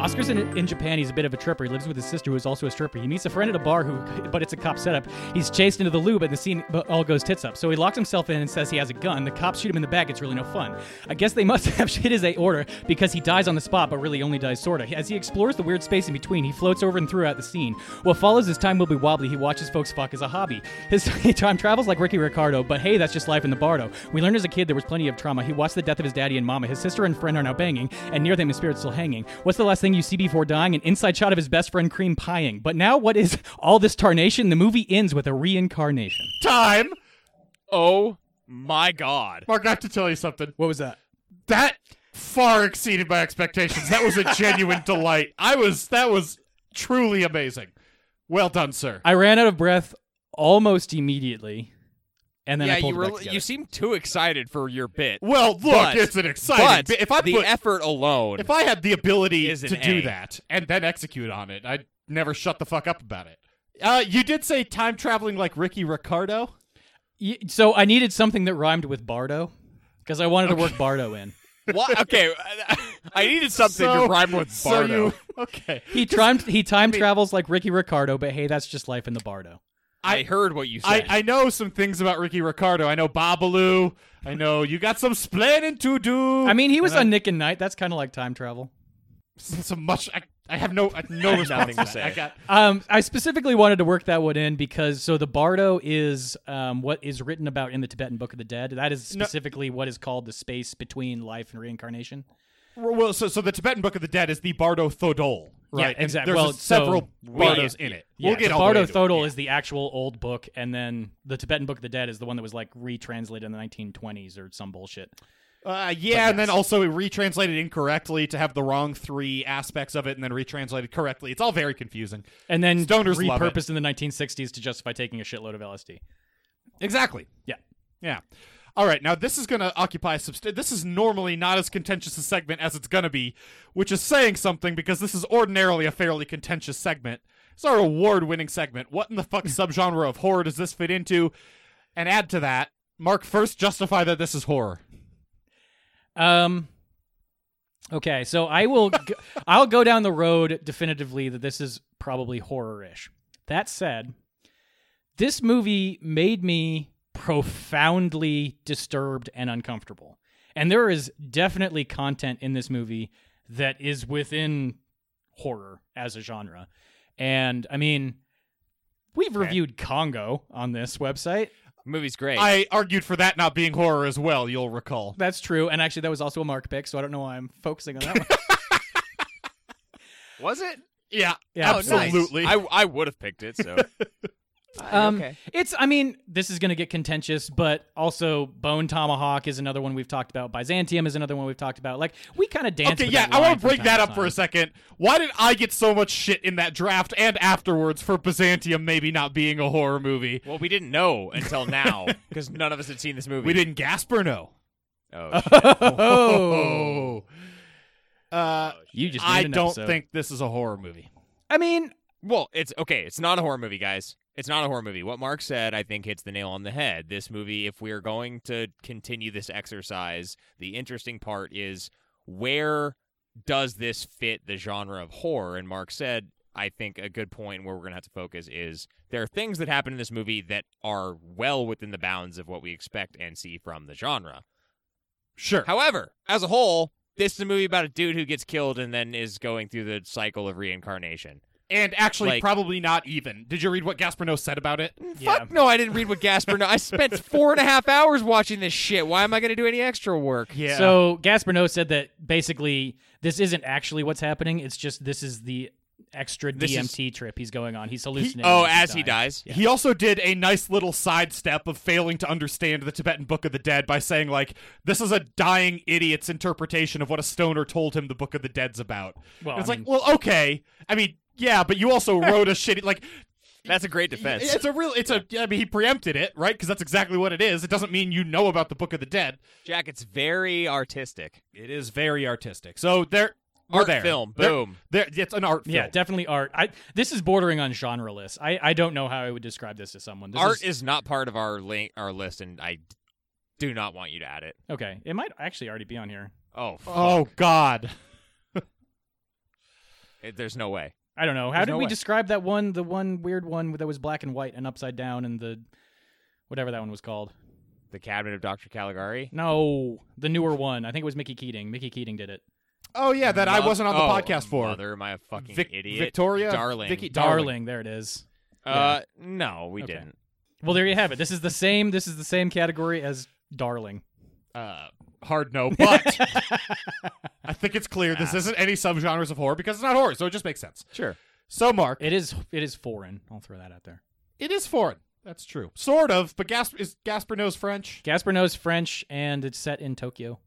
Oscar's in, in Japan. He's a bit of a tripper. He lives with his sister, who is also a stripper. He meets a friend at a bar, who, but it's a cop setup. He's chased into the lube, and the scene bu- all goes tits up. So he locks himself in and says he has a gun. The cops shoot him in the back. It's really no fun. I guess they must have shit his a order because he dies on the spot, but really only dies sorta. As he explores the weird space in between, he floats over and throughout the scene. What follows his time will be wobbly. He watches folks fuck as a hobby. His time travels like Ricky Ricardo, but hey, that's just life in the bardo. We learned as a kid there was plenty of trauma. He watched the death of his daddy and mama. His sister and friend are now banging, and near them his spirit's still hanging. What's the last thing you see before dying? An inside shot of his best friend cream pieing. But now what is all this tarnation? The movie ends with a reincarnation.
Time.
Oh my god.
Mark, I have to tell you something.
What was that?
That far exceeded my expectations. That was a genuine delight. I was, that was truly amazing. Well done, sir.
I ran out of breath almost immediately. And then
yeah,
I pulled
you
it
were.
back together.
You seem too excited for your bit.
well, look,
But-
it's an exciting.
But
bit. if I
the
put,
effort alone,
if I had the ability
Is
to
an
do
A.
that and then execute on it, I'd never shut the fuck up about it. Uh, you did say time traveling like Ricky Ricardo.
Y- So I needed something that rhymed with Bardo because I wanted to work Bardo in.
what? Okay, I needed something
So-
to rhyme with
so
Bardo.
you- okay.
He time he time travels like Ricky Ricardo, but hey, that's just life in the Bardo.
I heard what you said.
I, I know some things about Ricky Ricardo. I know Babalu. I know you got some splaining to do.
I mean, he was on Nick and Night. That's kind of like time travel.
some much. I, I have no I, no response
nothing to
that.
say.
I got
Um, I specifically wanted to work that one in because so the Bardo is um, what is written about in the Tibetan Book of the Dead. That is
No.
specifically what is called the space between life and reincarnation.
well. So so the Tibetan Book of the Dead is the Bardo Thodol,
Yeah,
right? And
exactly.
There's
Well, so-
several
Well,
Bardos
yeah.
in it.
Yeah,
we'll get
the
all the
Bardo
way to it.
Thodol is the actual old book, and then the Tibetan Book of the Dead is the one that was like retranslated in the 1920s or some bullshit.
Uh, yeah, and then also it retranslated incorrectly to have the wrong three aspects of it, and then retranslated correctly. It's all very confusing.
And then
Stoners love it.
repurposed in the 1960s to justify taking a shitload of LSD.
Exactly.
Yeah.
Yeah. All right. Now this is going to occupy subst- This is normally not as contentious a segment as it's going to be, which is saying something because this is ordinarily a fairly contentious segment. It's our award-winning segment. What in the fuck subgenre of horror does this fit into? And add to that, Mark, first justify that this is horror.
Um. Okay, so I will g- I'll go down the road definitively that this is probably horror-ish. That said, this movie made me profoundly disturbed and uncomfortable. And there is definitely content in this movie that is within horror as a genre. And I mean, we've reviewed Congo on this website.
Movie's great.
I argued for that not being horror as well. You'll recall.
That's true. And actually, that was also a Mark pick, so I don't know why I'm focusing on that one.
was it?
Yeah.
Yeah.
Oh, nice.
absolutely.
I I would have picked it. So
Um,
okay.
It's, I mean, this is going to get contentious, but also Bone Tomahawk is another one we've talked about. Byzantium is another one we've talked about. Like, we kind of dance.
Okay,
with
yeah,
that
I
line
want to
from
bring
time
that
to
up for a
time.
second. Why did I get so much shit in that draft and afterwards for Byzantium maybe not being a horror movie?
Well, we didn't know until now because none of us had seen this movie.
We didn't Gasper know.
Oh,
Oh,
Uh,
you just.
I
named an
don't
episode.
think this is a horror movie.
I mean,
Well, it's okay. It's not a horror movie, guys. It's not a horror movie. What Mark said, I think, hits the nail on the head. This movie, if we are going to continue this exercise, the interesting part is where does this fit the genre of horror? And Mark said, I think a good point where we're going to have to focus is there are things that happen in this movie that are well within the bounds of what we expect and see from the genre.
Sure.
However, as a whole, this is a movie about a dude who gets killed and then is going through the cycle of reincarnation.
and actually,
like-
probably not even. Did you read what Gasper know said about it?
Fuck no, I didn't read what Gasper. No, I spent four and a half hours watching this shit. Why am I going to do any extra work?
Yeah.
so Gasparno said that basically this isn't actually what's happening. It's just this is the extra
This is-
DMT trip he's going on. He's hallucinating.
oh,
he's
as he
dying.
dies.
He also did a nice little sidestep of failing to understand the Tibetan Book of the Dead by saying, like, this is a dying idiot's interpretation of what a stoner told him the Book of the Dead's about.
Well,
And it's
I
like, well, okay. I mean, yeah, but you also wrote a shitty, like,
That's a great defense.
it's a real, it's a, I mean, he preempted it, right? Because that's exactly what it is. It doesn't mean you know about the Book of the Dead.
Jack, it's very artistic.
It is very artistic. So there, we're
Art
there.
film,
There-
boom.
There, it's an art
Yeah,
film.
definitely art. I this is bordering on genreless. I I don't know how I would describe this to someone. This
Art is, not part of our link, our list, and I d- do not want you to add it.
okay. It might actually already be on here.
Oh, fuck.
oh, God.
It- there's no way.
I don't know. How
There's
did
no
we
way.
describe that one? The one weird one that was black and white and upside down and the whatever that one was called.
The Cabinet of Dr. Caligari.
No, the newer one. I think it was Mickey Keating. Mickey Keating did it.
Oh, yeah, that I
Mo-
wasn't on the
oh,
podcast for.
Mother, am I a fucking
Vic-
idiot?
Victoria?
darling,
Vicky-
Darling.
Darling.
there it is.
Uh, no, we
Okay.
didn't.
Well, there you have it. This is the same. This is the same category as Darling.
uh, hard no, but I think it's clear this isn't any subgenres of horror because it's not horror, so it just makes sense.
Sure.
So, Mark,
It is. It is foreign. I'll throw that out there.
it is foreign. That's true, sort of. But Gasper is Gasper knows French.
Gasper knows French and it's set in Tokyo.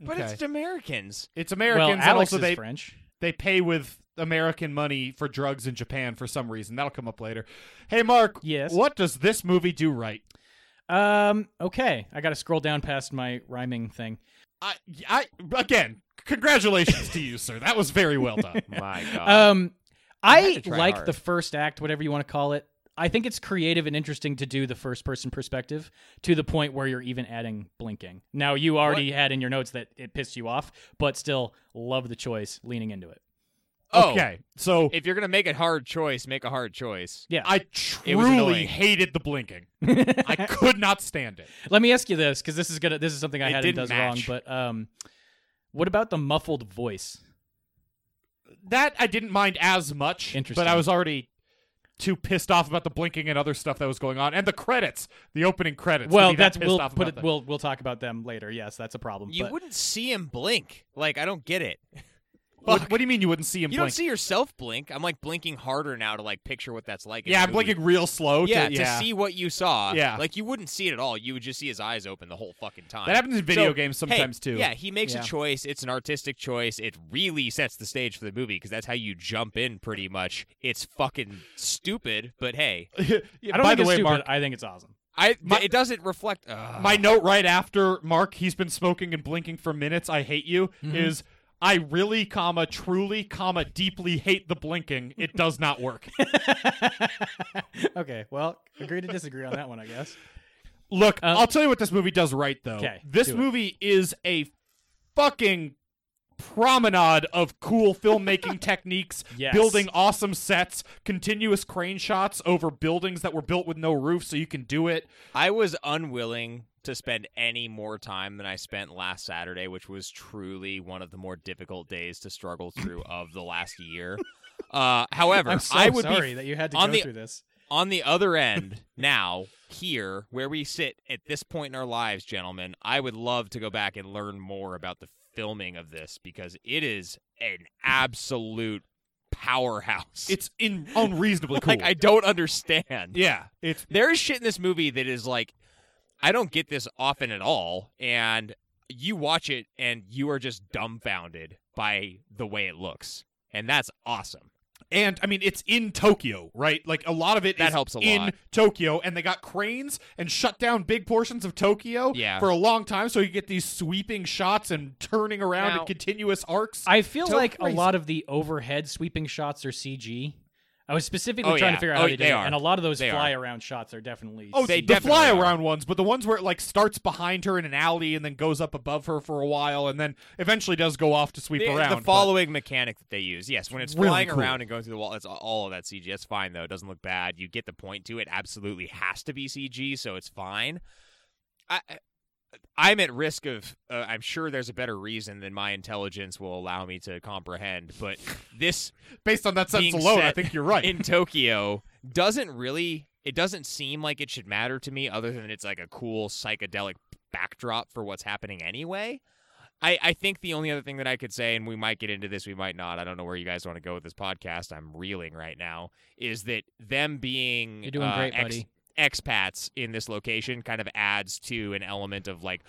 But
Okay.
it's Americans.
It's Americans,
well, Alex
and also
is
they
French.
they pay with American money for drugs in Japan for some reason. That'll come up later. Hey, Mark.
Yes?
What does this movie do right?
Um. Okay. I got to scroll down past my rhyming thing.
I, I again, congratulations to you, sir. That was very well done.
My God.
Uh,
Um. I
had to try
like
hard.
the first act, whatever you want to call it. I think it's creative and interesting to do the first person perspective to the point where you're even adding blinking. Now you already had in your notes that it pissed you off, but still love the choice leaning into it.
Oh,
Okay, so
if you're gonna make a hard choice, make a hard choice.
Yeah.
I
It was
truly
annoying.
hated the blinking. I could not stand it.
Let me ask you this cuz this is going to this is something I
It
had and
didn't
does wrong,
match.
but um what about the muffled voice?
That I didn't mind as much.
Interesting.
But I was already too pissed off about the blinking and other stuff that was going on, and the credits, the opening credits. to
Well,
be that
that's
pissed
we'll
off
put
about
it
that.
we'll we'll talk about them later. Yes, that's a problem.
You
but-
wouldn't see him blink. Like I don't get it.
What, what do you mean you wouldn't see him
You don't
blink?
see yourself blink. I'm like blinking harder now to like picture what that's like. in
yeah,
the
I'm
movie.
blinking real slow.
Yeah,
to,
to
yeah.
see what you saw.
Yeah.
like you wouldn't see it at all. You would just see his eyes open the whole fucking time.
That happens in video
So,
games
hey,
sometimes too.
Yeah, he makes
Yeah.
a choice. It's an artistic choice. It really sets the stage for the movie because that's how you jump in. Pretty much, it's fucking stupid. But hey,
Yeah,
I
By
don't think
the
it's
way,
stupid.
Mark,
I think it's awesome.
I
My-
it doesn't reflect. Ugh.
my note right after Mark, he's been smoking and blinking for minutes. I hate you.
Mm-hmm.
Is I really, comma, truly, comma, deeply hate the blinking. It does not work.
okay, well, agree to disagree on that one, I guess.
Look,
Uh,
Um,
I'll tell you what this movie does right though.
'Kay,
this
do it.
movie is a fucking promenade of cool filmmaking techniques,
Yes.
building awesome sets, continuous crane shots over buildings that were built with no roof so you can do it.
I was unwilling to spend any more time than I spent last Saturday, which was truly one of the more difficult days to struggle through of the last year. Uh, however,
I'm so
I would
sorry
be
that you had to
on
go
the-
through this.
on the other end now, here where we sit at this point in our lives, gentlemen. I would love to go back and learn more about the filming of this because it is an absolute powerhouse.
It's in- unreasonably cool.
like I don't understand.
yeah, it's
There is shit in this movie that is like I don't get this often at all and you watch it and you are just dumbfounded by the way it looks. And that's awesome.
and I mean it's in Tokyo, right? Like a lot of it
That
is
helps a
in
lot.
Tokyo, and they got cranes and shut down big portions of Tokyo
Yeah.
for a long time, so you get these sweeping shots and turning around
Now-
in continuous arcs.
I feel
So
like
crazy.
a lot of the overhead sweeping shots are CG. I was specifically
Oh,
trying
yeah.
to figure out
Oh,
how they did
they
it,
are.
and a lot of those
They are.
fly around shots are definitely.
Oh,
They
CG.
the
definitely
fly
are.
around ones, but the ones where it like starts behind her in an alley and then goes up above her for a while, and then eventually does go off to sweep
The,
around.
the
but-
following mechanic that they use, yes, when it's
Really
flying
cool.
around and going through the wall, it's all of that CG. That's fine though; it doesn't look bad. You get the point to it. Absolutely has to be CG, so it's fine. I, I- I'm at risk of. Uh, I'm sure there's a better reason than my intelligence will allow me to comprehend, but this
based on that sentence
being
alone, I
set
think you're right.
in Tokyo doesn't really it doesn't seem like it should matter to me other than it's like a cool psychedelic backdrop for what's happening anyway. I, I think the only other thing that I could say, and we might get into this, we might not. I don't know where you guys want to go with this podcast. I'm reeling right now. Is that them being
You're doing
uh,
great,
ex-
buddy.
expats in this location kind of adds to an element of like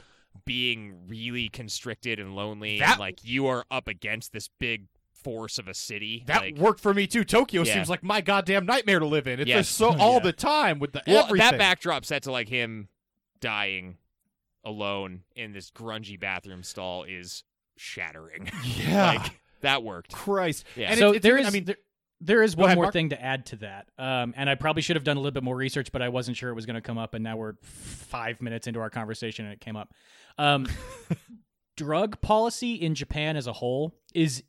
being really constricted and lonely.
That-
and, like you are up against this big force of a city.
that
like,
worked for me too. Tokyo
Yeah.
seems like my goddamn nightmare to live in. It's
Yes.
just so all
Yeah.
the time with the
Well,
everything.
that backdrop set to like him dying alone in this grungy bathroom stall is shattering.
yeah,
like that worked.
Christ.
Yeah.
And
so
it's- it's
there
even-
is.
I mean,
there- there is
Go
one
ahead,
more
Mark.
thing to add to that, um, and I probably should have done a little bit more research, but I wasn't sure it was going to come up, and now we're five minutes into our conversation and it came up. Um, drug policy in Japan as a whole is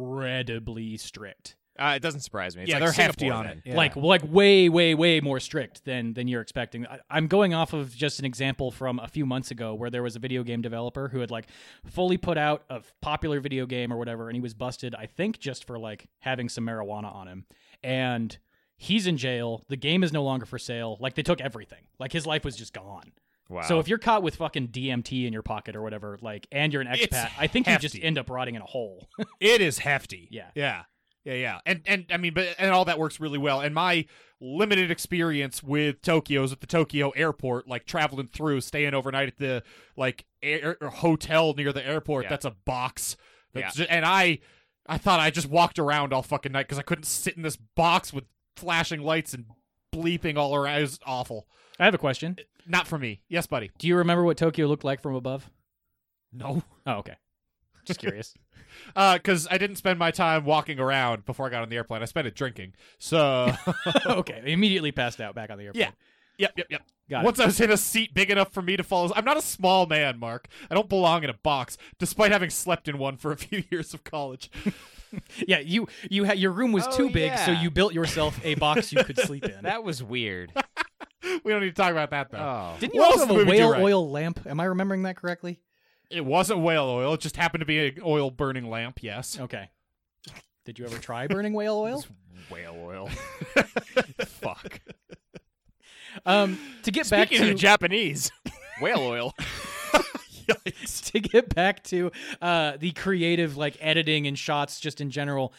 incredibly strict.
Uh, it doesn't surprise me. It's
yeah,
like
they're hefty
Singapore,
on
then.
it. Yeah.
like like way way way more strict than than you're expecting I, i'm going off of just an example from a few months ago where there was a video game developer who had like fully put out a f- popular video game or whatever and he was busted i think just for like having some marijuana on him and he's in jail the game is no longer for sale like they took everything like his life was just gone
Wow.
so if you're caught with fucking DMT in your pocket or whatever, like, and you're an expat,
It's
I think you just
hefty.
end up rotting in a hole.
it is hefty.
Yeah.
Yeah. Yeah, yeah. And and I mean but and all that works really well. And my limited experience with Tokyo is at the Tokyo airport, like traveling through, staying overnight at the like air or hotel near the airport
Yeah.
that's a box. That's ju- and I I thought I just walked around all fucking night cuz I couldn't sit in this box with flashing lights and bleeping all around. It was awful.
I have a question.
Not for me. Yes, buddy.
Do you remember what Tokyo looked like from above?
No.
Oh, okay. Just curious.
Because Uh, I didn't spend my time walking around before I got on the airplane. I spent it drinking. So,
okay, they immediately passed out back on the airplane.
yeah. Yep, yep, yep.
Got
Once I was in a seat big enough for me to fall, I'm not a small man, Mark. I don't belong in a box, despite having slept in one for a few years of college.
it. Yeah, you you had your room was
Oh,
too big, so
yeah.
you built yourself a box you could sleep in.
that was weird.
we don't need to talk about that, though.
oh.
Didn't you
What
also
else
have
did
a
we do
whale
right?
oil lamp? Am I remembering that correctly?
It wasn't whale oil. It just happened to be an oil burning lamp, yes.
Okay. Did you ever try burning whale oil?
Whale oil. Fuck.
Um, to get back
Speaking of
to
the Japanese, whale oil.
to get back to uh, the creative like editing and shots just in general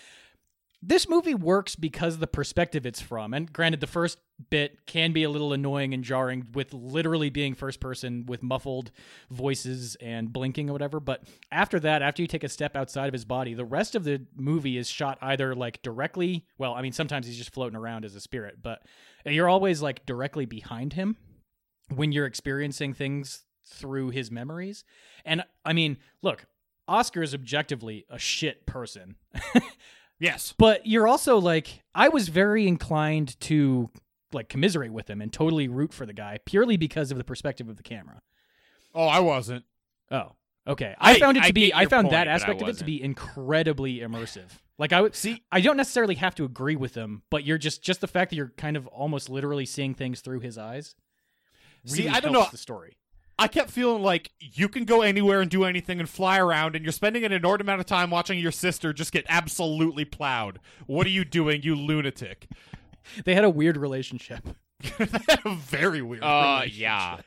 this movie works because of the perspective it's from and granted the first bit can be a little annoying and jarring with literally being first person with muffled voices and blinking or whatever but after that after you take a step outside of his body the rest of the movie is shot either like directly well i mean sometimes he's just floating around as a spirit but you're always like directly behind him when you're experiencing things through his memories. And I mean, look, Oscar is objectively a shit person.
Yes.
But you're also like, I was very inclined to like commiserate with him and totally root for the guy purely because of the perspective of the camera.
Oh, I wasn't.
Oh, okay. I,
I-
found it to
I
be,
get
I
your
found
point,
that
but I
aspect of it to
wasn't.
be incredibly immersive. Like I would
See-
I don't necessarily have to agree with him, but you're just just the fact that you're kind of almost literally seeing things through his eyes.
See,
really
I don't
helps
know.
the story.
I kept feeling like you can go anywhere and do anything and fly around, and you're spending an inordinate amount of time watching your sister just get absolutely plowed. What are you doing, you lunatic?
They had a weird relationship.
Very weird.
Uh,
relationship.
yeah.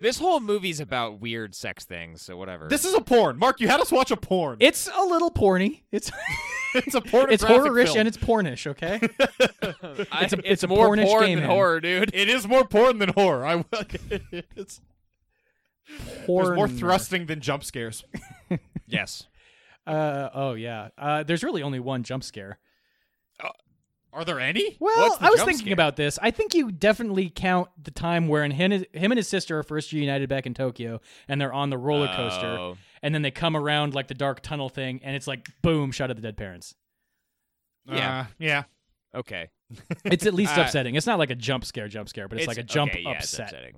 This whole movie's about weird sex things, so whatever.
This is a porn. Mark, you had us watch a porn.
It's a little porny. It's
it's a pornographic
It's horrorish
film.
and it's pornish, okay?
I- it's,
it's a
more
pornish
porn
game,
than
man.
horror, dude.
it is more porn than horror. I will. It's there's
Porn.
more thrusting than jump scares.
yes.
Uh, oh yeah. Uh, there's really only one jump scare.
Are there any?
What's
Well,
the
I was
jump
thinking
scare?
about this. I think you definitely count the time wherein him, him and his sister are first reunited back in Tokyo, and they're on the roller coaster,
Oh.
and then they come around like the dark tunnel thing, and it's like boom, shot at the dead parents.
Yeah.
Uh, yeah.
Okay.
It's at least
Uh,
upsetting. It's not like a jump scare, jump scare, but it's, like a jump
okay, yeah, it's
upset.
upsetting.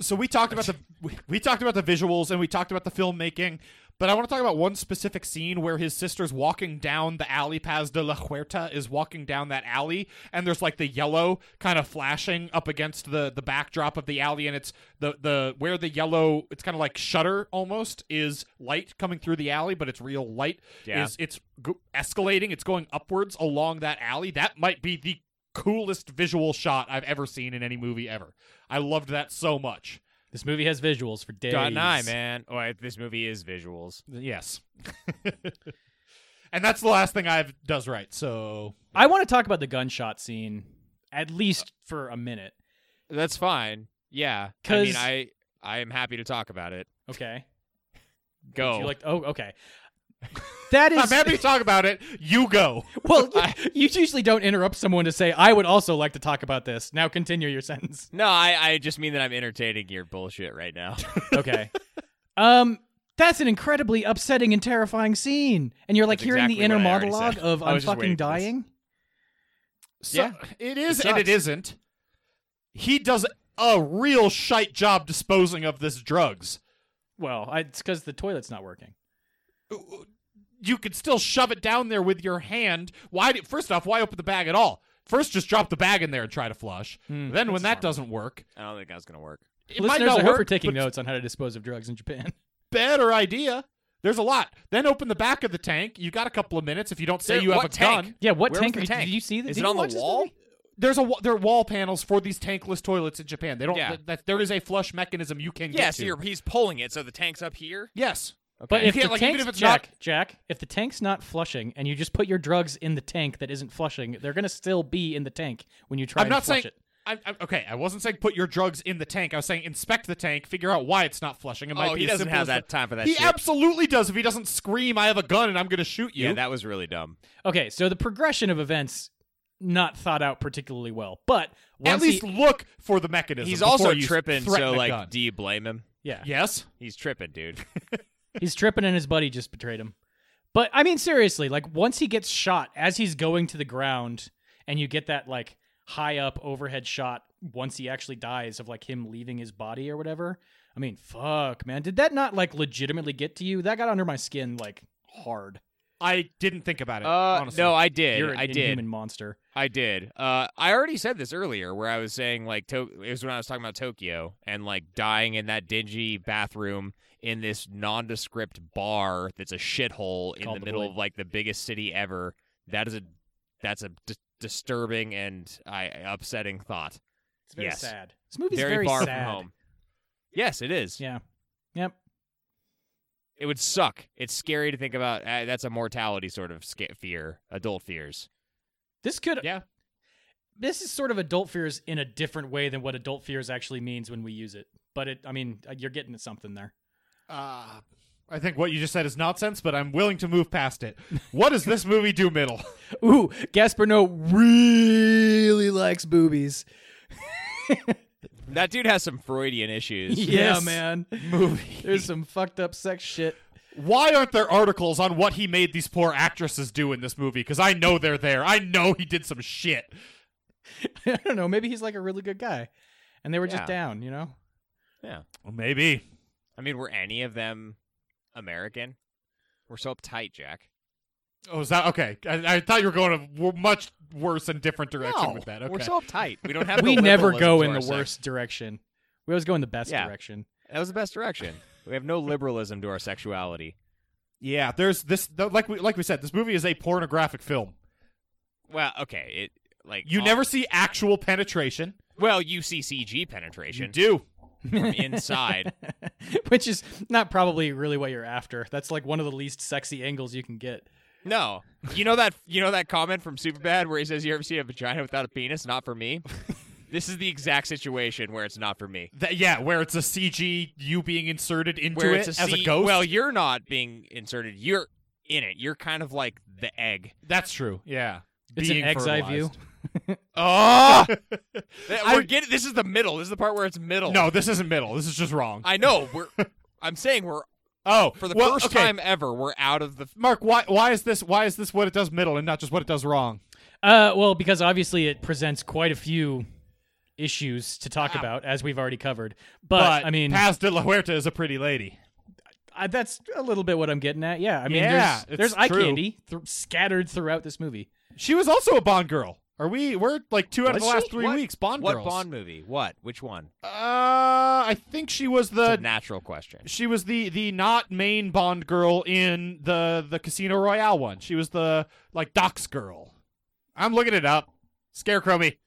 So we talked about the we, we talked about the visuals and we talked about the filmmaking, but I want to talk about one specific scene where his sister's walking down the alley. Paz de la Huerta is walking down that alley, and there's like the yellow kind of flashing up against the the backdrop of the alley, and it's the the where the yellow it's kind of like shutter almost is light coming through the alley, but it's real light.
Yeah.
Is it's go- escalating, it's going upwards along that alley. That might be the coolest visual shot I've ever seen in any movie ever. I loved that so much.
This movie has visuals for days.
Got an eye, man. Oh, I, this movie is visuals.
Yes. and that's the last thing I've does right. So
I want to talk about the gunshot scene at least for a minute.
That's fine. Yeah. I
'Cause-
mean, I I am happy to talk about it.
Okay.
Go.
You like? Oh, okay. That is
I'm happy to talk about it. You go.
well. you usually don't interrupt someone to say, "I would also like to talk about this." Now continue your sentence.
no, I, I just mean that I'm entertaining your bullshit right now.
Okay. um, that's an incredibly upsetting and terrifying scene, and you're like
That's
hearing the
exactly
inner
what I already
monologue
said.
of
I
"I'm
was just
fucking
waiting for this.
dying."
So,
Yeah.
It is
It
and it
sucks.
isn't. He does a real shite job disposing of this drugs.
Well, I, it's because the toilet's not working.
You could still shove it down there with your hand. Why do, first off, why open the bag at all? First just drop the bag in there and try to flush.
Hmm.
then when that doesn't work,
I don't think that's gonna work.
it might
Listeners,
not
I hope
work,
are taking
but
notes on how to dispose of drugs in Japan.
better idea. There's a lot. Then open the back of the tank. You got a couple of minutes if you don't say
There-
you have
what
a
tank?
gun.
Yeah, what
Where was
tank,
the
did-
tank?
Did you see? The,
Is
did
it
you
on the
watch this
wall?
movie?
There's a wa- there are wall panels for these tankless toilets in Japan. They don't.
Yeah.
That, that- there is a flush mechanism you can
Yeah,
get
so
to.
you're, he's pulling it, so the tank's up here.
Yes.
But
Okay.
if
You
the
can't, like, even
tank's,
if it's not-
Jack, Jack, if the tank's not flushing and you just put your drugs in the tank that isn't flushing, they're gonna still be in the tank when you try
I'm
and
not
flush
saying.
it.
I'm, I'm, okay, I wasn't saying put your drugs in the tank. I was saying inspect the tank, figure out why it's not flushing. It might
Oh,
be
he
as
doesn't
simple
have
as
that time for that
He
shit.
absolutely does. If he doesn't scream, "I have a gun and I'm going to shoot you,"
Yeah, that was really dumb.
Okay, so the progression of events not thought out particularly well, but
at
once
least
he-
look for the mechanism.
He's
before
also
you
tripping,
threaten
so
a
like,
gun.
do you blame him?
yeah,
yes,
He's tripping, dude.
he's tripping and his buddy just betrayed him. But I mean, seriously, like once he gets shot as he's going to the ground, and you get that like high up overhead shot once he actually dies of like him leaving his body or whatever. I mean, fuck, man, did that not like legitimately get to you? That got under my skin like hard.
I didn't think about it.
Uh,
honestly.
no, I did.
You're an
I did.
inhuman monster.
I did. Uh, I already said this earlier, where I was saying like to- it was when I was talking about Tokyo and like dying in that dingy bathroom in this nondescript bar that's a shithole in
Called
the
the
middle
Blade.
of like the biggest city ever. That is a that's a d- disturbing and I upsetting thought.
It's very
Yes.
sad. This movie's
very,
very,
far
sad.
from home. Yes, it is.
Yeah. Yep.
It would suck. It's scary to think about. Uh, that's a mortality sort of sca- fear, adult fears.
This could
Yeah.
This is sort of adult fears in a different way than what adult fears actually means when we use it. But it I mean, uh, you're getting at something there.
Uh, I think what you just said is nonsense, but I'm willing to move past it. What does this movie do, middle?
Ooh, Gasparno really likes boobies.
That dude has some Freudian issues.
Yeah,
This
man.
movie.
There's some fucked up sex shit.
Why aren't there articles on what he made these poor actresses do in this movie? Because I know they're there. I know he did some shit.
I don't know, maybe he's like a really good guy. And they were
Yeah.
just down, you know?
yeah.
Well, maybe.
I mean, were any of them American? We're so uptight, Jack.
Oh, is that okay? I, I thought you were going a w- much worse and different direction with that. Okay.
We're so uptight. We don't have.
We
the
never
liberalism
go
to
in
our
the
sect.
worst direction. We always go in the best
Yeah.
direction.
That was the best direction. We have no liberalism to our sexuality.
yeah, there's this. th- Like we like we said, this movie is a pornographic film.
Well, okay. It like
You
uh,
never see actual penetration.
Well, you see CG
You
penetration
do.
from inside.
Which is not probably really what you're after. That's like one of the least sexy angles you can get.
No. You know that you know that comment from Superbad where he says you ever see a vagina without a penis? Not for me. this is the exact situation where it's not for me.
That, yeah, where it's a CG you being inserted into
Where
it
it's
as
C-
a ghost.
Well, you're not being inserted. You're in it. You're kind of like the egg.
that's true. Yeah,
It's an
Being
ex eye view.
fertilized.
Oh, that,
I-
we're getting. This is the middle. This is the part where it's middle.
No, this isn't middle. This is just wrong.
I know. We're. I'm saying we're
oh,
for the
well,
first
okay.
time ever. We're out of the.
Mark, why why is this why is this what it does middle and not just what it does wrong?
Uh, well, because obviously it presents quite a few issues to talk about, as we've already covered. But, I mean,
Paz de la Huerta is a pretty lady.
I, that's a little bit what I'm getting at. Yeah, I mean,
Yeah, it's
there's, there's eye
true.
candy th- scattered throughout this movie.
She was also a Bond girl. Are we? We're like two out of
Was
the last
she?
three
What-
weeks. Bond
What
girls.
Bond movie? What? Which one?
Uh, I think she was
It's
the
a natural question.
she was the the not main Bond girl in the the Casino Royale one. She was the like Doc's girl. I'm looking it up. Scarecrow me.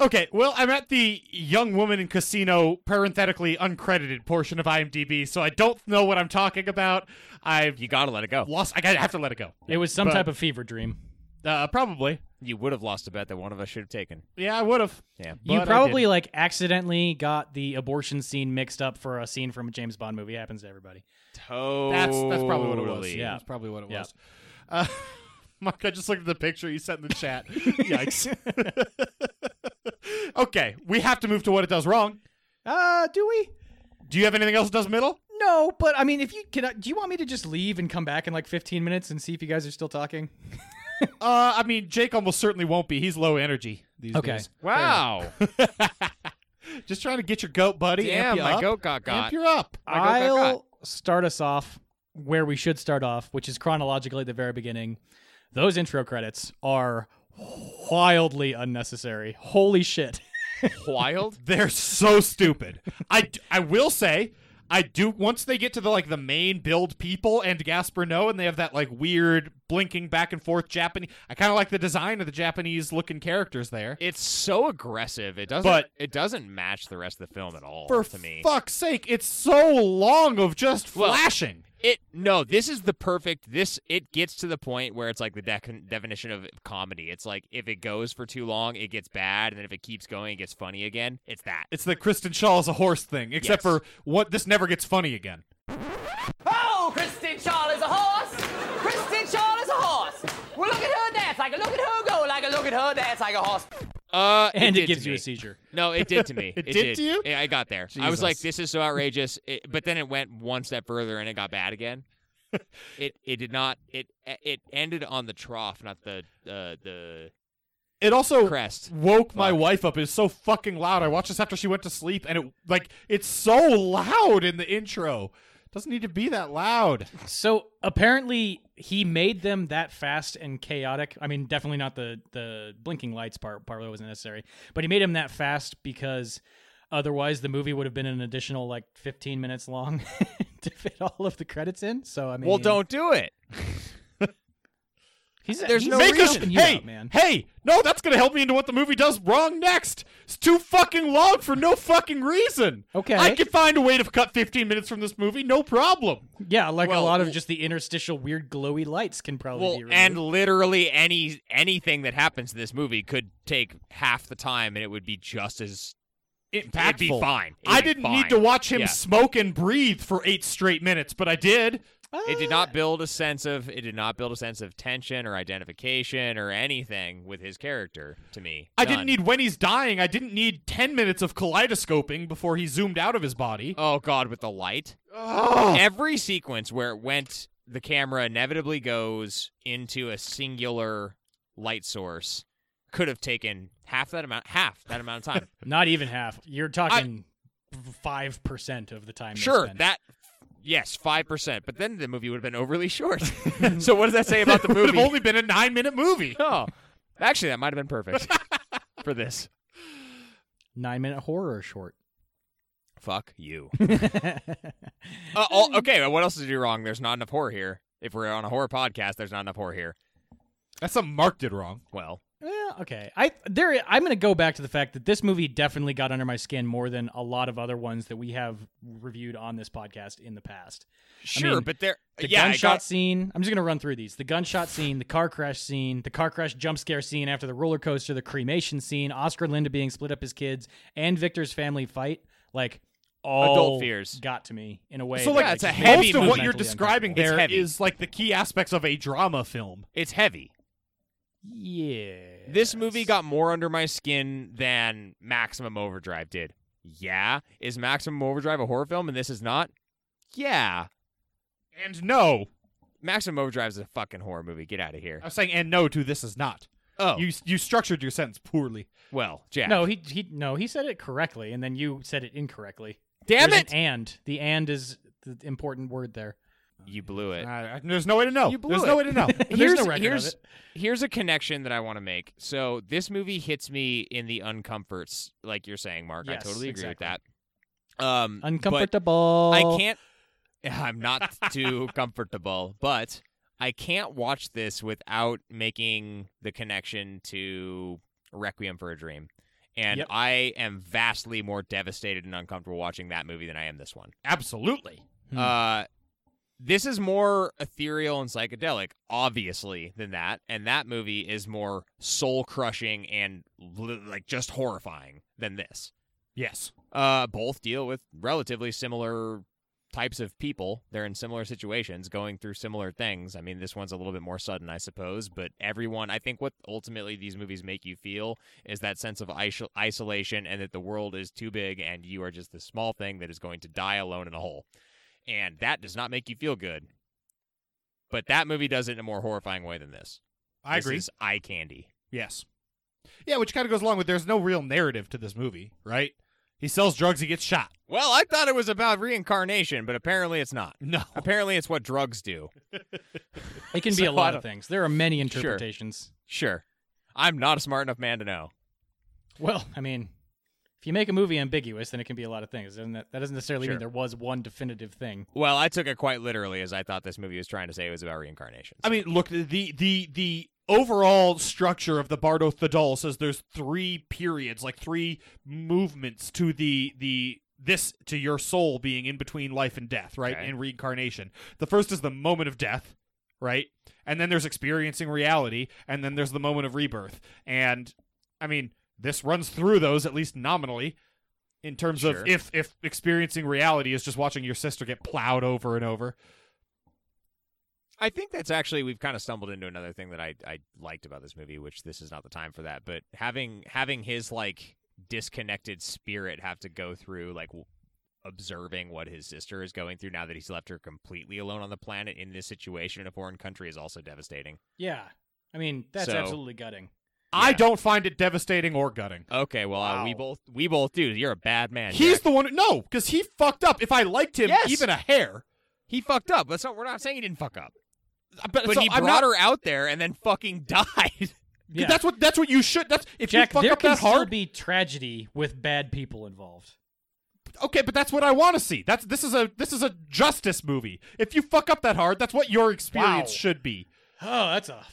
Okay, well, I'm at the young woman in casino, parenthetically uncredited portion of IMDb, so I don't know what I'm talking about. I've
You gotta let it go.
lost. I gotta have to let it go.
It was some
But-
type of fever dream.
Uh, probably.
You would have lost a bet that one of us should have taken.
Yeah, I would have.
Yeah.
you
But I
probably like accidentally got the abortion scene mixed up for a scene from a James Bond movie. happens to everybody.
Totally.
That's that's probably what it was.
Yeah.
that's probably what it
Yeah.
was. Uh, Mark, I just looked at the picture you sent in the chat. Yikes. okay, we have to move to what it does wrong.
Uh, do we?
Do you have anything else that does middle?
No, but I mean, if you can, I, do you want me to just leave and come back in like 15 minutes and see if you guys are still talking?
Uh, I mean, Jake almost certainly won't be. He's low energy these
Okay.
days.
Wow.
Just trying to get your goat, buddy.
Damn,
amp you
my
up.
goat got
Amp
got.
you up.
I go, go, go.
I'll start us off where we should start off, which is chronologically at the very beginning. Those intro credits are wildly unnecessary. Holy shit.
Wild.
They're so stupid. I, d- I will say, I do. Once they get to the like the main build people and Gaspar No, and they have that like weird blinking back and forth Japanese. I kind of like the design of the Japanese looking characters there.
It's so aggressive. It doesn't.
But-
it doesn't match the rest of the film at all.
For
to me,
fuck's sake, it's so long of just
Well-
flashing.
it no. This is the perfect. This it gets to the point where it's like the dec- definition of comedy. It's like if it goes for too long, it gets bad, and then if it keeps going, it gets funny again. It's that.
It's the Kristen Shaw is a horse thing, except
Yes.
for what this never gets funny again.
Oh, Kristen Shaw is a horse. Kristen Shaw is a horse. Well, look at her dance like a look at her go like a look at her dance like a horse.
Uh,
And it,
did to
gives you
me.
a seizure.
No, it did to me.
It did to you?
Yeah, I got there. I was like,
Jesus.
"This is so outrageous," it, but then it went one step further, and it got bad again. it it did not. It it ended on the trough, not the uh, the
It also
crest.
woke my
Fuck.
wife up. It's so fucking loud. I watched this after she went to sleep, and it like it's so loud in the intro. Doesn't need to be that loud.
So apparently he made them that fast and chaotic. I mean, definitely not the the blinking lights part. Part of it wasn't necessary, but he made them that fast because otherwise the movie would have been an additional like 15 minutes long to fit all of the credits in. So I mean,
Well, don't do it.
He's
there's
he's
no
Make
helping
us
reason.
you
hey
out, man.
hey no. That's gonna help me into what the movie does wrong next. It's too fucking long for no fucking reason.
Okay.
I can find a way to cut 15 minutes from this movie, no problem.
Yeah, like
Well,
a lot of
well-
just the interstitial weird glowy lights can probably
Well,
be removed.
and literally any anything that happens in this movie could take half the time, and it would be just as
Impactful.
It'd be fine. It'd
I
be
didn't
fine.
need to watch him
Yeah.
smoke and breathe for eight straight minutes, but I did.
It did not build a sense of it did not build a sense of tension or identification or anything with his character to me.
I didn't
None.
need when he's dying. I didn't need 10 minutes of kaleidoscoping before he zoomed out of his body.
Oh God, with the light.
Oh.
Every sequence where it went, the camera inevitably goes into a singular light source. Could have taken half that amount, half that amount of time.
Not even half. You're talking five percent of the time. they
sure,
spend.
that yes, five percent. But then the movie would have been overly short. so what does that say about the
It would
movie?
have only been a nine minute movie.
oh, actually, that might have been perfect for this.
nine minute horror short.
Fuck you. Uh, all, okay, what else did you do wrong? There's not enough horror here. If we're on a horror podcast, there's not enough horror here.
That's something Mark did wrong.
Well,
Well, Okay, I there I'm going to go back to the fact that this movie definitely got under my skin more than a lot of other ones that we have reviewed on this podcast in the past.
Sure,
mean,
but there.
The
yeah, I
gunshot
got-
scene. I'm just going to run through these: the gunshot scene, the car crash scene, the car crash jump scare scene after the roller coaster, the cremation scene, Oscar and Linda being split up as kids, and Victor's family fight. Like all
fears.
got to me in a way.
So
that,
like
Yeah, it's a
just made
heavy
me
most of what
movie.
you're
mentally
describing
uncomfortable. It's
there
heavy.
is like the key aspects of a drama film.
It's heavy.
uncomfortable. Yeah.
This movie got more under my skin than Maximum Overdrive did. Yeah, is Maximum Overdrive a horror film and this is not? Yeah,
And no,
Maximum Overdrive is a fucking horror movie. Get out of here.
I was saying and no to this is not.
Oh,
You you structured your sentence poorly.
well, Jack.
No, he he no, he said it correctly, and then you said it incorrectly.
damn
There's
it!
An and the and is the important word there.
You blew it.
Uh, I- there's no way to know.
You blew
there's
it.
no way to know. And
Here's-
there's no record
here's,
of it.
Here's a connection that I want to make. So this movie hits me in the uncomforts, like you're saying, Mark.
Yes,
I totally agree
exactly.
with that. Um, but
Uncomfortable.
I can't. I'm not too comfortable, but I can't watch this without making the connection to Requiem for a Dream. And
Yep.
I am vastly more devastated and uncomfortable watching that movie than I am this one.
Absolutely.
Hmm.
Uh, this is more ethereal and psychedelic, obviously, than that, and that movie is more soul crushing and li- like just horrifying than this.
Yes.
Uh, both deal with relatively similar types of people. They're in similar situations, going through similar things. I mean, this one's a little bit more sudden, I suppose, but everyone, I think what ultimately these movies make you feel is that sense of iso- isolation and that the world is too big and you are just this small thing that is going to die alone in a hole. And that does not make you feel good. But that movie does it in a more horrifying way than this.
I
This
agree.
is eye candy.
Yes. Yeah, which kind of goes along with there's no real narrative to this movie, right? He sells drugs, he gets shot.
Well, I thought it was about reincarnation, but apparently it's not.
No.
Apparently, it's what drugs do.
It can be
So
a lot
I
of things. There are many
Sure.
interpretations.
Sure. I'm not a smart enough man to know.
Well, I mean, if you make a movie ambiguous, then it can be a lot of things. Doesn't that, that doesn't necessarily
Sure.
mean there was one definitive thing.
Well, I took it quite literally as I thought this movie was trying to say it was about reincarnation.
I mean, look, the the the overall structure of the Bardoth the Doll says there's three periods, like three movements to the the this to your soul being in between life and death, right?
Okay.
And reincarnation. The first is the moment of death, right? And then there's experiencing reality, and then there's the moment of rebirth. And I mean, this runs through those at least nominally in terms
Sure.
of if if experiencing reality is just watching your sister get plowed over and over.
I think that's actually we've kind of stumbled into another thing that I, I liked about this movie, which this is not the time for that. But having having his like disconnected spirit have to go through like w- observing what his sister is going through now that he's left her completely alone on the planet in this situation in a foreign country is also devastating.
Yeah, I mean that's
So-
absolutely gutting.
I
Yeah.
don't find it devastating or gutting.
Okay, well uh, we
Wow.
both we both do. You're a bad man.
He's
Jack.
the one. No, because he fucked up. If I liked him
Yes.
even a hair,
he fucked up. That's not we're not saying he didn't fuck up.
but,
But
so
he brought
I'm not.
her out there and then fucking died.
Yeah.
That's what. That's what you should. That's if
Jack,
you fuck
there
up
can
that
still
hard.
be tragedy with bad people involved.
okay, but that's what I want to see. That's this is a this is a justice movie. If you fuck up that hard, that's what your experience
Wow.
should be.
Oh, that's a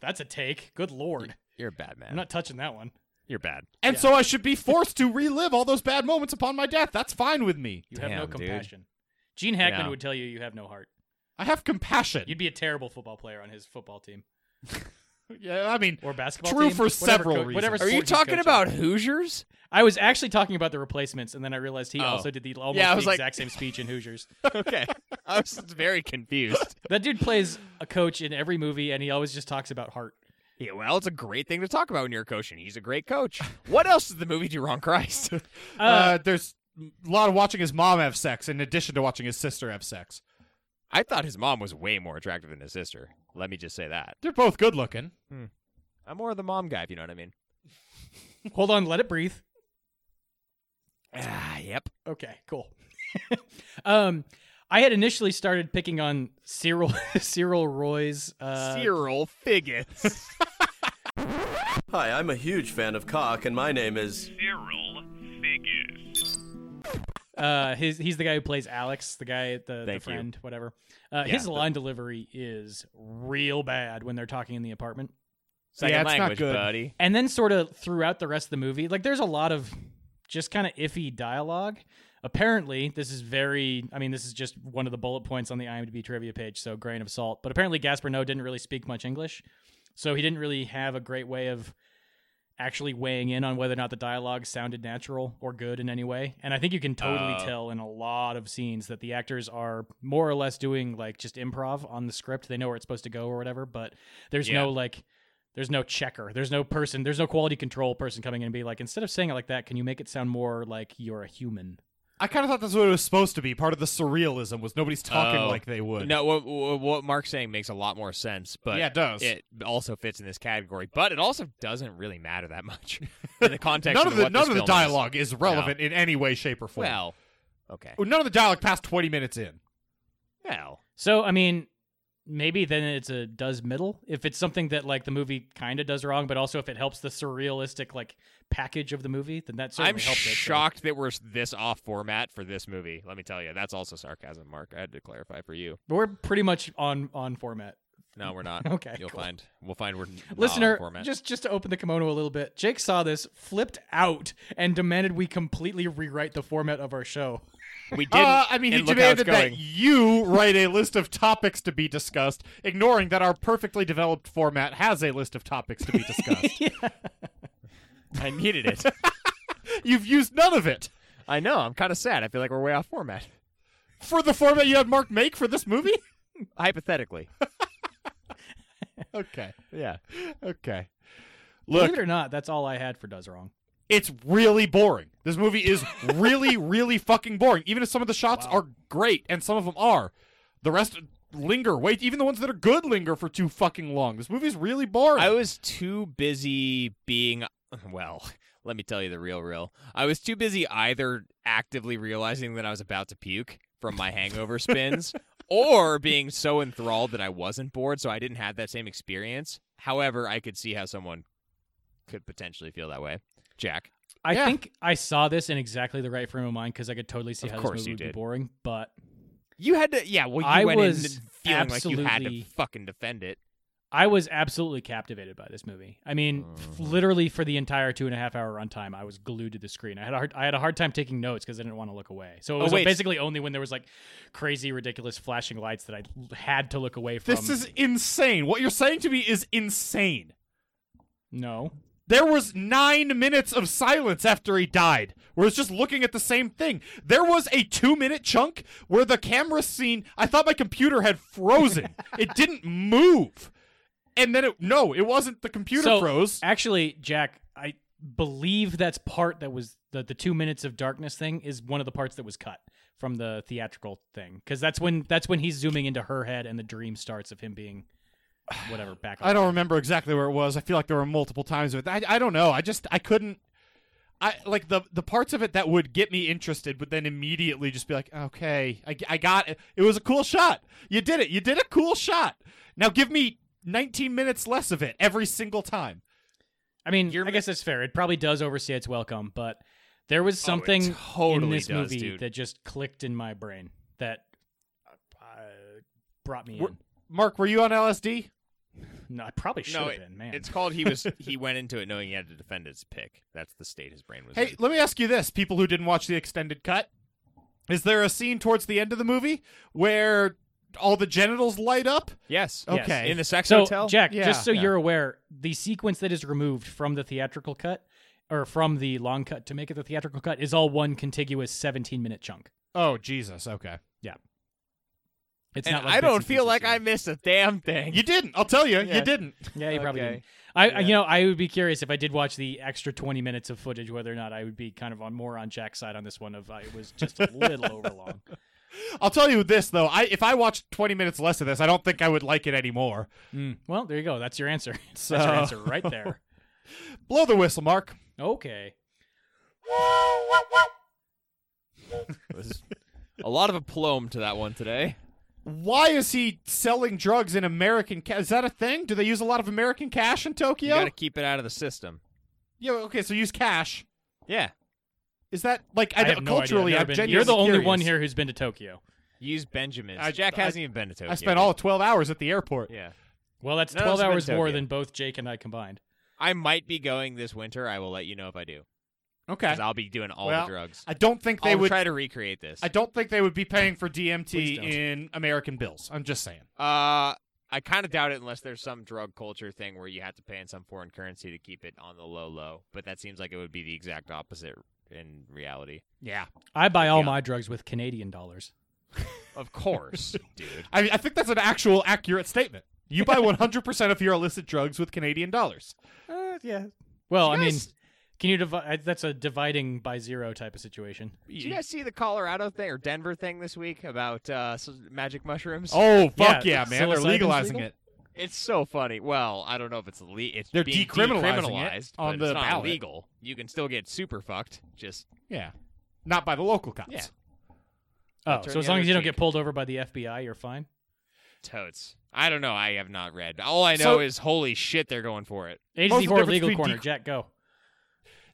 that's a take. Good lord,
You're a bad man.
I'm not touching that one.
You're bad.
And so I should be forced to relive all those bad moments upon my death. That's fine with me.
You have no
Damn, dude.
compassion. Gene Hackman
Yeah.
would tell you you have no heart.
I have compassion.
You'd be a terrible football player on his football team
yeah, I mean,
or basketball
True
team.
for several
co- Whatever
reasons.
Are you
sport he's
talking
coaching.
about Hoosiers?
I was actually talking about the replacements, and then I realized he
Oh.
also did the almost
Yeah, I
the
was like-
exact same speech in Hoosiers.
okay. I was very confused.
that dude plays a coach in every movie, and he always just talks about heart.
Yeah, well, it's a great thing to talk about when you're a coach, and he's a great coach. What else did the movie do wrong, Christ?
uh, there's a lot of watching his mom have sex in addition to watching his sister have sex.
I thought his mom was way more attractive than his sister. Let me just say that.
They're both good looking.
I'm more of the mom guy, if you know what I mean.
Hold on, let it breathe.
Ah, yep.
Okay, cool. um, I had initially started picking on Cyril Cyril Roy's uh,
Cyril Figgins.
Hi, I'm a huge fan of cock, and my name is.
Cyril Figgis.
uh his he's the guy who plays Alex, the guy at the, the
Thank you.
friend, whatever. Uh, his line delivery is real bad when they're talking in the apartment.
Second
Yeah, it's not
language,
good.
buddy.
and then sort of throughout the rest of the movie like there's a lot of just kind of iffy dialogue apparently this is very i mean this is just one of the bullet points on the imdb trivia page so grain of salt but apparently gasparno didn't really speak much english so he didn't really have a great way of actually weighing in on whether or not the dialogue sounded natural or good in any way and i think you can totally tell in a lot of scenes that the actors are more or less doing like just improv on the script they know where it's supposed to go or whatever but there's no
Yeah.
like there's no checker. There's no person. There's no quality control person coming in and be like, instead of saying it like that, can you make it sound more like you're a human?
I kind of thought that's what it was supposed to be. Part of the surrealism was nobody's talking
Oh.
like they would.
No, what, what what Mark's saying makes a lot more sense, but
Yeah, it does.
It also fits in this category, but it also doesn't really matter that much in the context.
none
of,
of the
what
none
this
of the
film is.
dialogue is relevant in any way, shape, or form.
Well, okay.
none of the dialogue past twenty minutes in.
Well,
So, I mean, maybe then it's a does middle. If it's something that like the movie kind of does wrong, but also if it helps the surrealistic like package of the movie, then that certainly
I'm
helped it. so-
shocked that we're s- this off format for this movie. Let me tell you, that's also sarcasm, Mark. I had to clarify for you.
But we're pretty much on on format.
No, we're not.
Okay,
you'll
cool.
find. We'll find we're not on
Listener,
format.
just just to open the kimono a little bit, Jake saw this, flipped out, and demanded we completely rewrite the format of our show.
we did.
Uh, I mean, he
look how it's
demanded that
going.
you write a list of topics to be discussed, ignoring that our perfectly developed format has a list of topics to be discussed.
I needed it.
You've used none of it
I know. I'm kind of sad. I feel like we're way off format.
for the format you had Mark make for this movie.
Hypothetically,
Okay,
yeah.
okay.
Believe
Look,
it or not, that's all I had for does wrong.
it's really boring. This movie is really, really fucking boring. Even if some of the shots are great, and some of them are, the rest linger. Wait, even the ones that are good linger for too fucking long. This movie's really boring.
I was too busy being well. Let me tell you the real, real. I was too busy either actively realizing that I was about to puke from my hangover spins, or being so enthralled that I wasn't bored, so I didn't have that same experience. However, I could see how someone could potentially feel that way. Jack,
I
Yeah.
think I saw this in exactly the right frame of mind because I could totally see
Of
how this
course
movie
you
would be
did.
boring. But
you had to, yeah. Well, you
I
went
was
in feeling like you had to
absolutely-
fucking defend it.
I was absolutely captivated by this movie. I mean, f-
Mm.
literally for the entire two and a half hour runtime, I was glued to the screen. I had a hard, I had a hard time taking notes because I didn't want to look away. So it
Oh,
was
wait.
basically only when there was like crazy, ridiculous flashing lights that I l- had to look away from.
This is insane. What you're saying to me is insane.
no.
There was nine minutes of silence after he died, where it's just looking at the same thing. There was a two minute chunk where the camera scene, I thought my computer had frozen. it didn't move. And then it, no, it wasn't the computer
so
froze.
actually, Jack, I believe that's part that was the the two minutes of darkness thing is one of the parts that was cut from the theatrical thing because that's when that's when he's zooming into her head and the dream starts of him being whatever back.
I don't remember exactly where it was. I feel like there were multiple times with I I don't know. I just I couldn't I like the the parts of it that would get me interested would then immediately just be like, "Okay, I, I got it. It was a cool shot. You did it. You did a cool shot. Now give me 19 minutes less of it every single time."
I mean,
You're
I guess that's fair. It probably does overstay its welcome, but there was something in
totally
this
does,
movie
dude.
that just clicked in my brain that uh, brought me
Were-
in.
Mark, were you on LSD?
No, I probably should have
it-
been, man.
it's called he was he went into it knowing he had to defend his pick. That's the state his brain was.
Hey,
in.
let me ask you this, people who didn't watch the extended cut. Is there a scene towards the end of the movie where all the genitals light up?
yes,
Yes. okay.
in the sex
so,
hotel,
Jack,
Yeah.
just so
Yeah.
you're aware, the sequence that is removed from the theatrical cut or from the long cut to make it the theatrical cut is all one contiguous 17 minute chunk.
Oh, Jesus. Okay.
It's
and
not. Like
I
bits
don't
and
feel
pieces
like
here.
I missed a damn thing.
You didn't. I'll tell you.
Yeah.
You didn't.
Yeah, you probably
Okay.
didn't. I, I-
Yeah.
you know, I would be curious if I did watch the extra twenty minutes of footage, whether or not I would be kind of on more on Jack's side on this one. Of uh, it was just a little over long.
I'll tell you this though. I if I watched 20 minutes less of this, I don't think I would like it anymore.
Hmm. Well, there you go. That's your answer.
So-
That's your answer right there.
Blow the whistle, Mark.
Okay.
was a lot of aplomb to that one today.
Why is he selling drugs in American cash? Is that a thing? Do they use a lot of American cash in
You
Tokyo?
got to keep it out of the system.
Yeah, okay, so use cash.
Yeah,
Is that like I,
I have
don't-
no idea.
culturally
I've
I'm
never been-
genuinely
You're the only
curious.
one here who's been to Tokyo.
use Benjamins.
I-
Jack
I-
hasn't even been to Tokyo.
I spent all 12 hours at the airport.
Yeah,
Well, that's
No,
12
it's been
hours more
Tokyo.
than both Jake and I combined.
I might be going this winter. I will let you know if I do,
Okay.
because I'll be doing all
Well,
the drugs.
I don't think they
I'll
would.
try to recreate this.
I don't think they would be paying for DMT
Please don't.
in American bills. I'm just saying.
Uh, I kind of doubt it unless there's some drug culture thing where you have to pay in some foreign currency to keep it on the low low. But that seems like it would be the exact opposite in reality.
Yeah.
I buy all
Yeah.
my drugs with Canadian dollars.
Of course, dude.
I, I think that's an actual accurate statement. You buy 100% of your illicit drugs with Canadian dollars.
Uh, yeah. Well, I
You
mean,
guys-
can you divide? That's a dividing by zero type of situation.
Did you guys see the Colorado thing or Denver thing this week about uh, s- magic mushrooms?
Oh, fuck yeah,
Yeah,
man. They're
psilocybin's
legalizing
legal?
it.
It's so funny. Well, I don't know if it's le- it's
They're
being
decriminalizing it
decriminalized,
on
but
the
it's not
ballot.
illegal. You can still get super fucked. Just
Yeah. Not by the local cops.
Yeah.
Oh,
turn
so as
the
long
other
as you don't
cheek.
get pulled over by the FBI, you're fine.
totes. I don't know. I have not read. All I know
So-
is holy shit, they're going for it.
A to
Most
Z
of the
horror
difference
legal
between
corner.
dec-
Jack, go.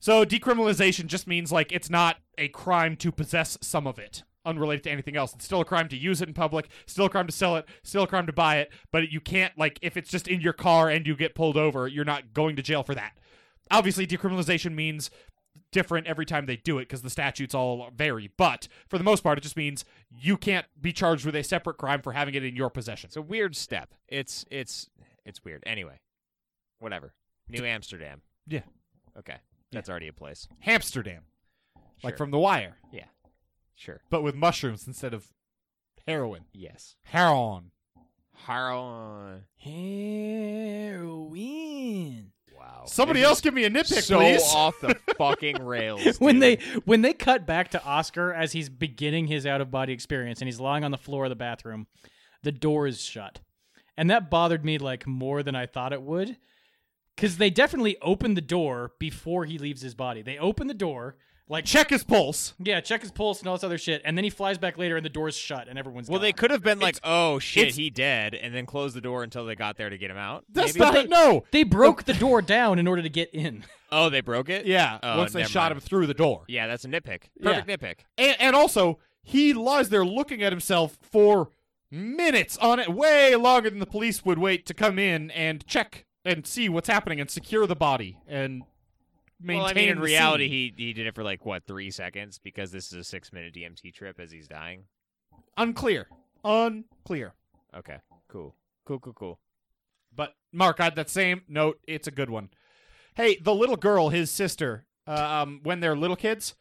So decriminalization just means like it's not a crime to possess some of it, unrelated to anything else. It's still a crime to use it in public, still a crime to sell it, still a crime to buy it, but you can't like if it's just in your car and you get pulled over, you're not going to jail for that. Obviously decriminalization means different every time they do it because the statutes all vary, but for the most part it just means you can't be charged with a separate crime for having it in your possession.
It's a weird step. It's it's it's weird. Anyway, whatever. New Amsterdam.
yeah.
Okay, that's already a place.
Hamsterdam. Like
Sure.
from the wire,
Yeah, sure.
but with mushrooms instead of heroin.
Yes. uh,
Heroin.
Haron.
Heroin.
Wow.
Oh, Somebody
This
else
is
give me a nitpick,
so
please.
off the fucking rails.
when
dude.
they when they cut back to Oscar as he's beginning his out of body experience and he's lying on the floor of the bathroom, the door is shut, and that bothered me like more than I thought it would, because they definitely open the door before he leaves his body. They open the door like
Check his pulse.
yeah, check his pulse and all this other shit, and then he flies back later and the door's shut and everyone's
Well, they
gone.
could have been like, "Oh shit,
it's-
he dead," and then close the door until they got there to get him out.
That's
maybe?
not it. No.
They broke the door down in order to get in.
Oh, they broke it.
Yeah.
Oh,
once they
never mind.
shot him through the door.
Yeah, that's a nitpick. Perfect
Yeah.
nitpick.
And, and also, he lies there looking at himself for minutes on it, way longer than the police would wait to come in and check and see what's happening and secure the body and maintain.
Well, I mean, in
the
reality,
scene.
he he did it for like what three seconds because this is a six minute DMT trip as he's dying.
unclear, unclear.
Okay, cool, cool, cool, cool.
But Mark, I had that same note. It's a good one. Hey, the little girl, his sister, um, when they're little kids,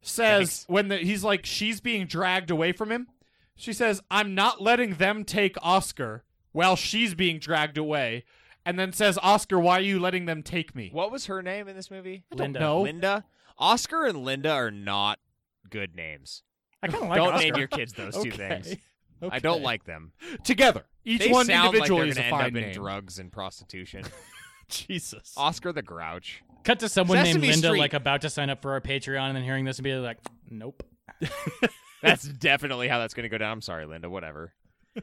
says
Thanks.
when the, he's like she's being dragged away from him. She says, "I'm not letting them take Oscar while she's being dragged away," and then says, "Oscar, why are you letting them take me?"
What was her name in this movie?
I don't Linda.
know.
Linda. Oscar and Linda are not good names.
I kind of like
don't
Oscar.
name your kids those two things. I don't like them.
together. Each
they
one
sound like they're
individually
going
is
to
a
end
fine
up
name.
in drugs and prostitution.
Jesus.
Oscar the Grouch.
Cut to someone
Sesame
named Linda,
Street.
like about to sign up for our Patreon, and then hearing this and be like, "Nope."
That's definitely how that's going to go down. I'm sorry, Linda. Whatever.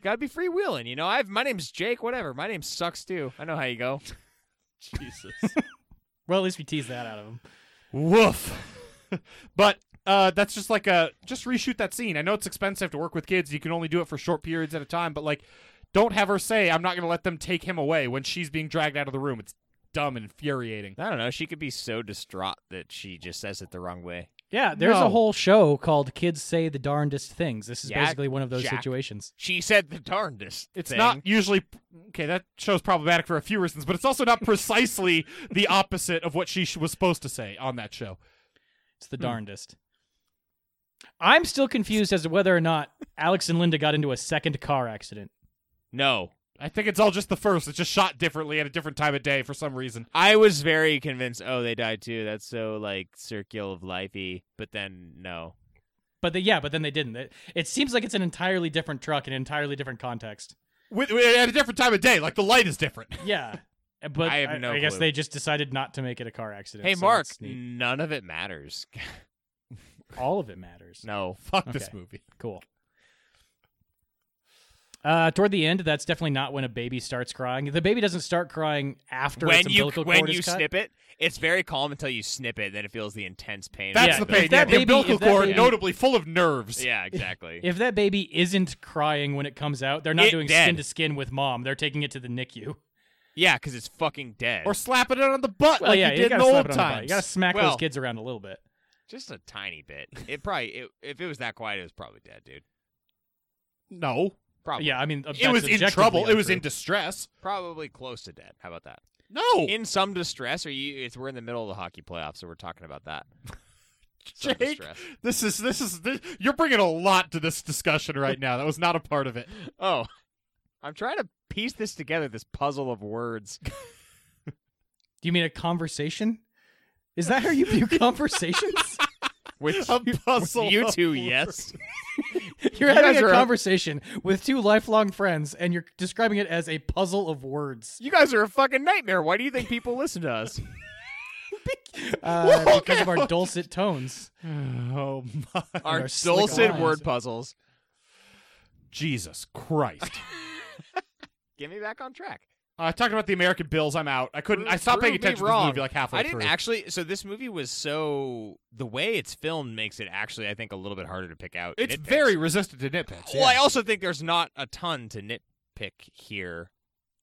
Gotta be freewheeling, you know. I've my name's Jake. Whatever. My name sucks too. I know how you go.
Well, at least we tease that out of him.
Woof. but uh, that's just like a just reshoot that scene. I know it's expensive to work with kids. You can only do it for short periods at a time. But like, don't have her say, "I'm not going to let them take him away" when she's being dragged out of the room. It's dumb and infuriating.
I don't know. She could be so distraught that she just says it the wrong way.
Yeah, there's
No.
a whole show called "Kids Say the Darndest Things." This is
Yak,
basically one of those
jack.
situations.
She said the darndest.
It's
thing.
not usually okay. That show's problematic for a few reasons, but it's also not precisely the opposite of what she sh- was supposed to say on that show.
It's
Hmm.
the darndest. I'm still confused as to whether or not Alex and Linda got into a second car accident.
No.
I think it's all just the first. It's just shot differently at a different time of day for some reason.
I was very convinced. Oh, they died too. That's so like circle of lifey. But then no.
But they, yeah, but then they didn't. It, it seems like it's an entirely different truck, an entirely different context.
With, at a different time of day, like the light is different.
Yeah, but
I have no
I, guess
clue.
they just decided not to make it a car accident.
Hey,
so
Mark.
that's neat.
None of it matters.
all of it matters.
no.
Fuck this
Okay.
movie.
Cool. Uh, toward the end, that's definitely not when a baby starts crying. The baby doesn't start crying after its
when you
umbilical
when
cord
you
is cut.
snip it, it's very calm until you snip it, then it feels the intense pain.
That's
Yeah,
the
if
pain.
that
Yeah,
baby-
the umbilical
if that
cord,
baby-
notably full of nerves.
Yeah, exactly.
If that baby isn't crying when it comes out, they're not
It
doing
dead.
skin to skin with mom. They're taking it to the NICU.
yeah, because it's fucking dead.
Or slapping it on the butt
Well,
like
yeah,
you
you,
did in
gotta slap
old
it on the butt. You
times.
gotta smack
Well-
those kids around a little bit.
just a tiny bit. It probably it, if it was that quiet, it was probably dead, dude.
no.
Probably.
Yeah, I mean,
It was in trouble. It was in distress.
Probably close to dead. How about that?
No.
In some distress, or you? It's we're in the middle of the hockey playoffs, so we're talking about that. Some
Jake,
distress.
this is this is this, you're bringing a lot to this discussion right now. That was not a part of it.
Oh, I'm trying to piece this together. This puzzle of words.
Do you mean a conversation? Is that how you view conversations?
Which
A puzzle.
you
of
two,
words.
yes.
You're
You
having
guys
a
are-
conversation with two lifelong friends, and you're describing it as a puzzle of words.
You guys are a fucking nightmare. Why do you think people listen to us?
Uh, because of our dulcet tones.
Oh my
Our
our slick
dulcet
lines.
word puzzles.
Jesus Christ.
Get me back on track.
I talked about the American Bills. I'm out. I couldn't. I stopped paying
Prove me
attention to
wrong.
the movie like halfway
I didn't
through.
actually. So this movie was so the way it's filmed makes it actually, I think, a little bit harder to pick out.
It's
nitpicks.
very resistant to nitpicks.
Well, I
yeah.
also think there's not a ton to nitpick here.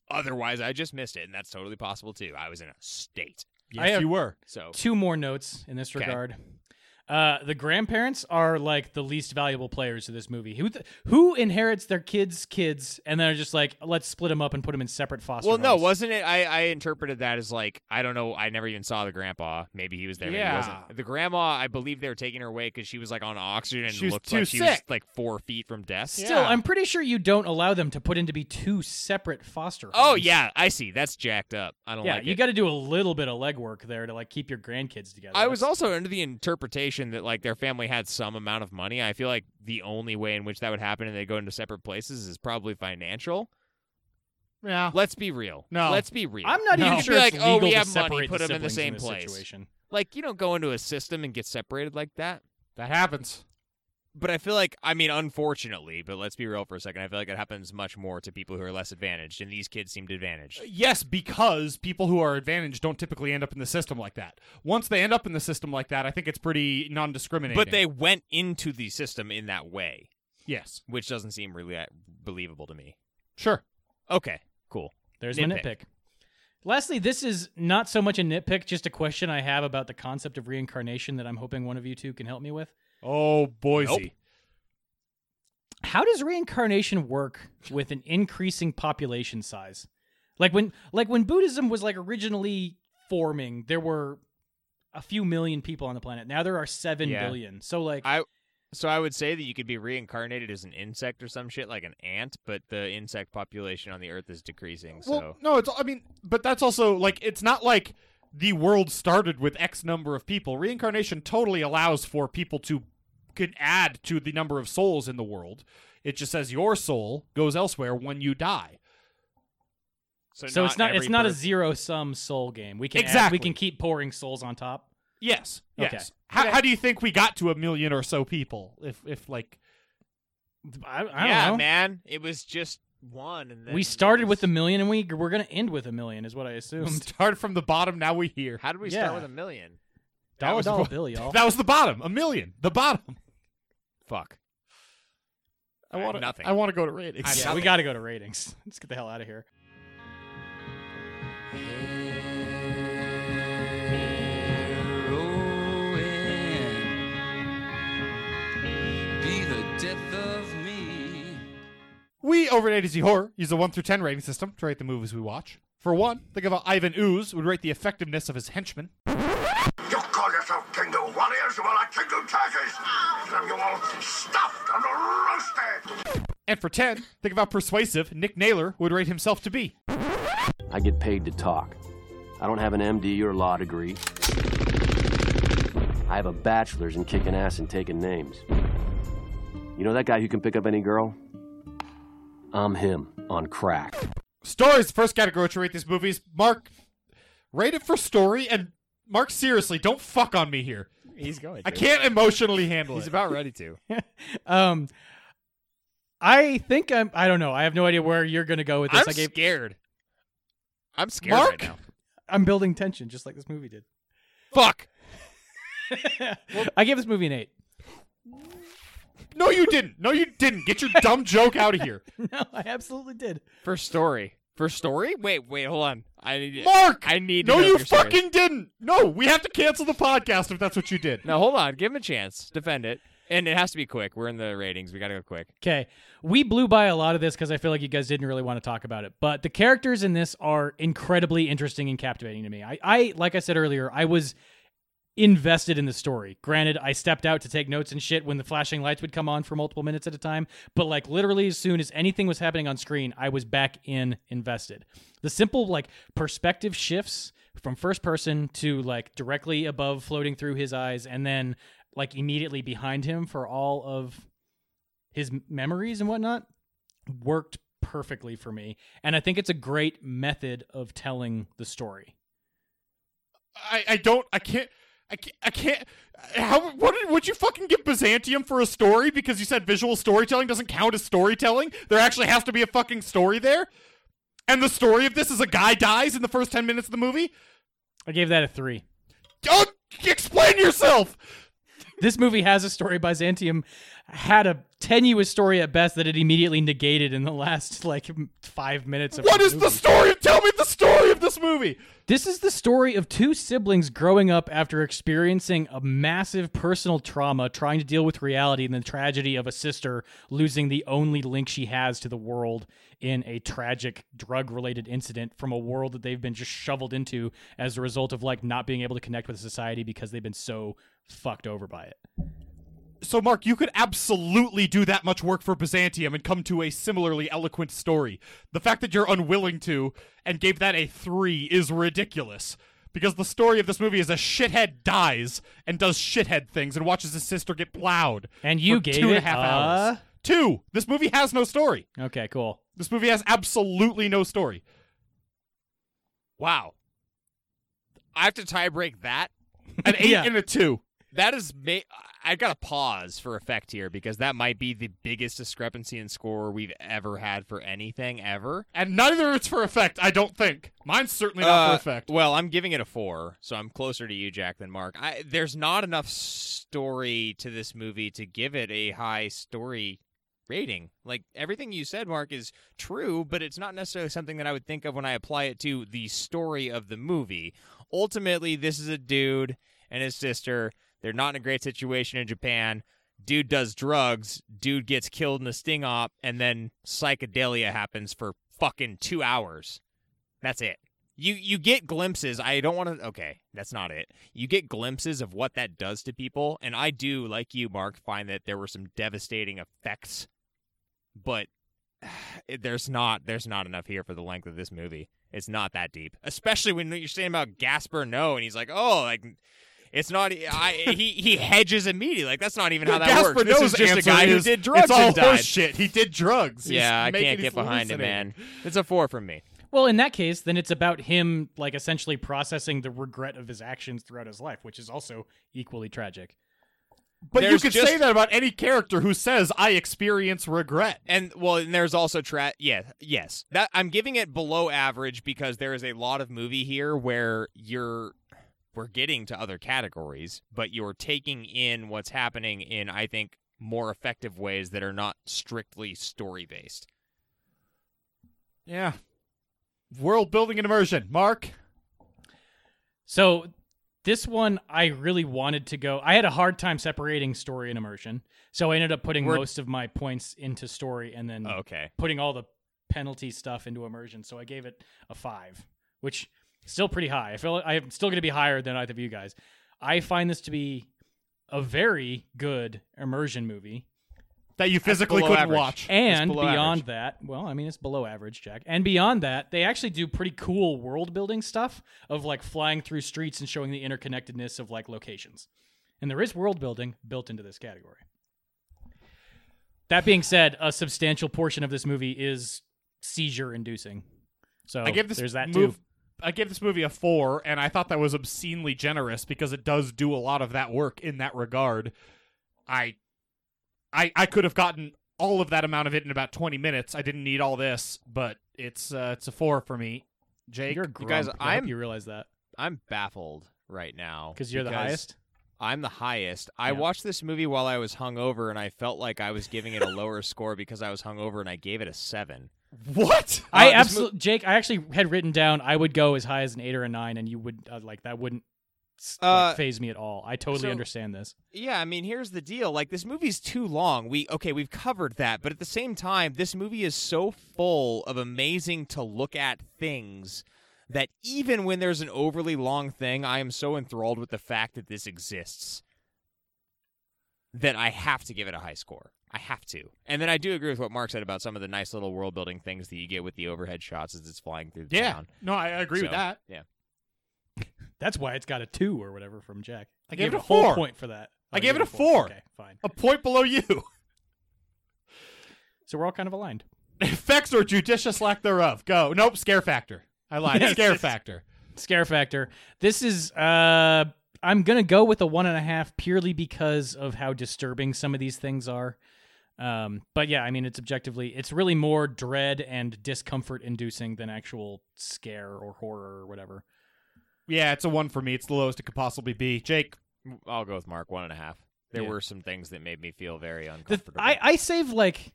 Otherwise, I just missed it, and that's totally possible too. I was in a state,
yes,
I have-
you were.
so
Two more notes in this
Okay.
regard. Uh, the grandparents are like the least valuable players of this movie. Who th- who inherits their kids' kids and then are just like, let's split them up and put them in separate foster
Well, no,
homes.
wasn't it? I, I interpreted that as like I don't know. I never even saw the grandpa. Maybe he was there. Maybe he
Yeah.
wasn't. The grandma, I believe they were taking her away because she was like on oxygen and
She was
looked
too
like she was
sick.
like four feet from death.
Still,
Yeah.
I'm pretty sure you don't allow them to put in to be two separate foster homes.
Oh yeah, I see. That's jacked up. I don't
Yeah,
like
you
it.
got to do a little bit of legwork there to like keep your grandkids together.
I was
That's-
also under the interpretation that like their family had some amount of money. I feel like the only way in which that would happen and they go into separate places is probably financial.
Yeah.
Let's be real.
No.
let's be real.
I'm not
No.
even
You
could
sure
be like,
it's legal
oh, we
to
have money,
separate
put them in the
siblings
same
this
place.
Situation.
Like you don't go into a system and get separated like that.
That happens.
But I feel like, I mean, unfortunately, but let's be real for a second. I feel like it happens much more to people who are less advantaged, and these kids seemed
Uh,
advantaged.
Yes, because people who are advantaged don't typically end up in the system like that. Once they end up in the system like that, I think it's pretty non-discriminating.
But they went into the system in that way,
yes,
which doesn't seem really uh, believable to me.
sure.
Okay, cool.
There's my
Nitpick.
nitpick. Lastly, this is not so much a nitpick, just a question I have about the concept of reincarnation that I'm hoping one of you two can help me with.
Oh, Boise.
Nope.
How does reincarnation work with an increasing population size? Like when like when Buddhism was like originally forming, there were a few million people on the planet. Now there are seven billion.
Yeah.
So like
I so I would say that you could be reincarnated as an insect or some shit like an ant, but the insect population on the earth is decreasing. So
Well, no, it's. I mean, but that's also like it's not like the world started with X number of people. Reincarnation totally allows for people to can add to the number of souls in the world. It just says your soul goes elsewhere when you die.
so it's not
every
it's not a
birth-
zero sum soul game. We can add-
Exactly.
we can keep pouring souls on top.
Yes.
Okay.
Yes. How, how do you think we got to a million or so people? If if like
I, I
yeah,
don't know.
man. It was just one, and then
We started with a million, and we we're gonna end with a million, is what I assumed.
start from the bottom, now we hear.
How did we
Yeah.
start with a million?
Dollar
was
dollar
what-
bill, y'all.
That was the bottom, a million, the bottom.
Fuck.
I
Uh,
want
nothing.
I want to go to ratings.
I-
Yeah, we got to go to ratings. Let's get the hell out of here.
Be the death of me.
We over at A to Z Horror use a 1 through 10 rating system to rate the movies we watch. For one, think of how Ivan Ooze would rate the effectiveness of his henchmen.
You call yourself kingdom warriors? Well, I'm kingdom turkeys. Have you all stuffed and roasted?
And for 10, think of how persuasive Nick Naylor would rate himself to be.
I get paid to talk. I don't have an MD or law degree. I have a bachelor's in kicking ass and taking names. You know that guy who can pick up any girl? I'm him on crack.
Stories, first category to rate these movies. Mark, rate it for story. And Mark, seriously, don't fuck on me here.
He's going.
I can't emotionally handle
He's
it.
about ready to.
Um, I think I'm. I don't know. I have no idea where you're going to go with this.
I'm
I gave.
scared. I'm scared
Mark?
right now.
I'm building tension, just like this movie did.
Fuck.
I gave this movie an eight.
No, you didn't. No, you didn't. Get your dumb joke out of here.
No, I absolutely did.
For story. For story? Wait, wait, hold on. I need
Mark!
I need to
No,
know
you
your story.
fucking didn't. No, we have to cancel the podcast if that's what you did.
No, hold on. Give him a chance. Defend it. And it has to be quick. We're in the ratings. We got to go quick.
Okay. We blew by a lot of this because I feel like you guys didn't really want to talk about it. But the characters in this are incredibly interesting and captivating to me. I, I like I said earlier, I was invested in the story. Granted, I stepped out to take notes and shit when the flashing lights would come on for multiple minutes at a time, but like literally as soon as anything was happening on screen, I was back in invested. The simple like perspective shifts from first person to like directly above floating through his eyes and then like immediately behind him for all of his m- memories and whatnot worked perfectly for me and i think it's a great method of telling the story
I, I don't. I can't. I can't. I can't how? What did? Would you fucking give Byzantium for a story because you said visual storytelling doesn't count as storytelling? There actually has to be a fucking story there. And the story of this is a guy dies in the first ten minutes of the movie.
i gave that a three
Oh, explain yourself.
this movie has a story byzantium had a tenuous story at best that it immediately negated in the last like m- five minutes of
What
the
is
movie.
the story? Tell me the story of this movie.
This is the story of two siblings growing up after experiencing a massive personal trauma, trying to deal with reality and the tragedy of a sister losing the only link she has to the world in a tragic drug related incident from a world that they've been just shoveled into as a result of like not being able to connect with society because they've been so fucked over by it.
So, Mark, you could absolutely do that much work for Byzantium and come to a similarly eloquent story. The fact that you're unwilling to and gave that a three is ridiculous. Because the story of this movie is a shithead dies and does shithead things and watches his sister get plowed.
And you
for
gave
two and a
it
half
a-
hours. Two. This movie has no story.
Okay, cool.
This movie has absolutely no story.
Wow. I have to tie break that.
An eight
Yeah.
and a two.
That is ma- I got to pause for effect here because that might be the biggest discrepancy in score we've ever had for anything ever.
And neither of it's for effect, I don't think. Mine's certainly not
Uh,
for effect.
Well, I'm giving it a four, so I'm closer to you, Jack, than Mark. I, there's not enough story to this movie to give it a high story rating. Like everything you said, Mark, is true, but it's not necessarily something that I would think of when I apply it to the story of the movie. Ultimately, this is a dude and his sister. They're not in a great situation in Japan. Dude does drugs. Dude gets killed in a sting op, and then psychedelia happens for fucking two hours. That's it. You you get glimpses. I don't want to. Okay, that's not it. You get glimpses of what that does to people, and I do, like you, Mark, find that there were some devastating effects, but it- there's not there's not enough here for the length of this movie. It's not that deep, especially when you're saying about Gasper No, and he's like, oh, like. It's not. e, I he he hedges immediately. Like that's not even how that
Gaspar
works. This
Noe's
is just a
answer
guy
is,
who did drugs
It's all
and died.
horse shit. He did drugs. He's
Yeah, I
making
can't
these
get behind it,
hallucinating.
man. It's a four from me.
Well, in that case, then it's about him like essentially processing the regret of his actions throughout his life, which is also equally tragic.
But you
There's
could
just-
say that about any character who says, "I experience regret."
And well, and there's also tra Yeah, yes. That I'm giving it below average because there is a lot of movie here where you're we're getting to other categories, but you're taking in what's happening in I think more effective ways that are not strictly story based.
Yeah. World building and immersion, Mark.
So this one I really wanted to go. I had a hard time separating story and immersion. So I ended up putting
We're- Oh.
most of my points into story and then
Okay.
putting all the penalty stuff into immersion. So I gave it a 5, which is still pretty high. I feel I'm still going to be higher than either of you guys. I find this to be a very good immersion movie.
That you physically
below
couldn't
average.
watch.
And
below
beyond
average.
that, well, I mean, it's below average, Jack. And beyond that, they actually do pretty cool world building stuff of like flying through streets and showing the interconnectedness of like locations. And there is world building built into this category. That being said, a substantial portion of this movie is seizure inducing. So
I gave this
Oh, there's that
move.
too.
I gave this movie a four, and I thought that was obscenely generous because it does do a lot of that work in that regard. I, I, I could have gotten all of that amount of it in about 20 minutes. I didn't need all this, but it's uh, it's a four for me. Jake,
You're a
You
grump.
guys,
I hope
I'm-
you realize that
I'm baffled right now
because you're the highest.
I'm the highest. I
Yeah.
watched this movie while I was hungover, and I felt like I was giving it a lower score because I was hungover, and I gave it a seven.
what? Uh,
I
this mo-
absolutely, Uh, Jake. I actually had written down I would go as high as an eight or a nine, and you would uh, like that wouldn't s-
Uh,
like, phase me at all. I totally
so-
understand this.
Yeah, I mean, here's the deal. Like this movie's too long. We okay, we've covered that, but at the same time, this movie is so full of amazing to look at things that even when there's an overly long thing, I am so enthralled with the fact that this exists that I have to give it a high score. I have to. And then I do agree with what Mark said about some of the nice little world building things that you get with the overhead shots as it's flying through the
Yeah.
town.
No, I I agree with
So,
that.
Yeah.
That's why it's got a two or whatever from Jack.
I
You
gave it a
full
four.
point for that.
I
you
gave it a four.
Okay, fine.
A point below you.
So we're all kind of aligned.
Effects or judicious lack thereof. Go. Nope, scare factor. I lied.
Yes,
scare
yes.
factor.
Scare factor. This is. uh I'm gonna go with a one and a half purely because of how disturbing some of these things are. Um, but yeah, I mean, it's objectively, it's really more dread and discomfort inducing than actual scare or horror or whatever.
Yeah, it's a one for me. It's the lowest it could possibly be. Jake,
I'll go with Mark, one and a half. There
Yeah.
were some things that made me feel very
The-
uncomfortable.
I, I save like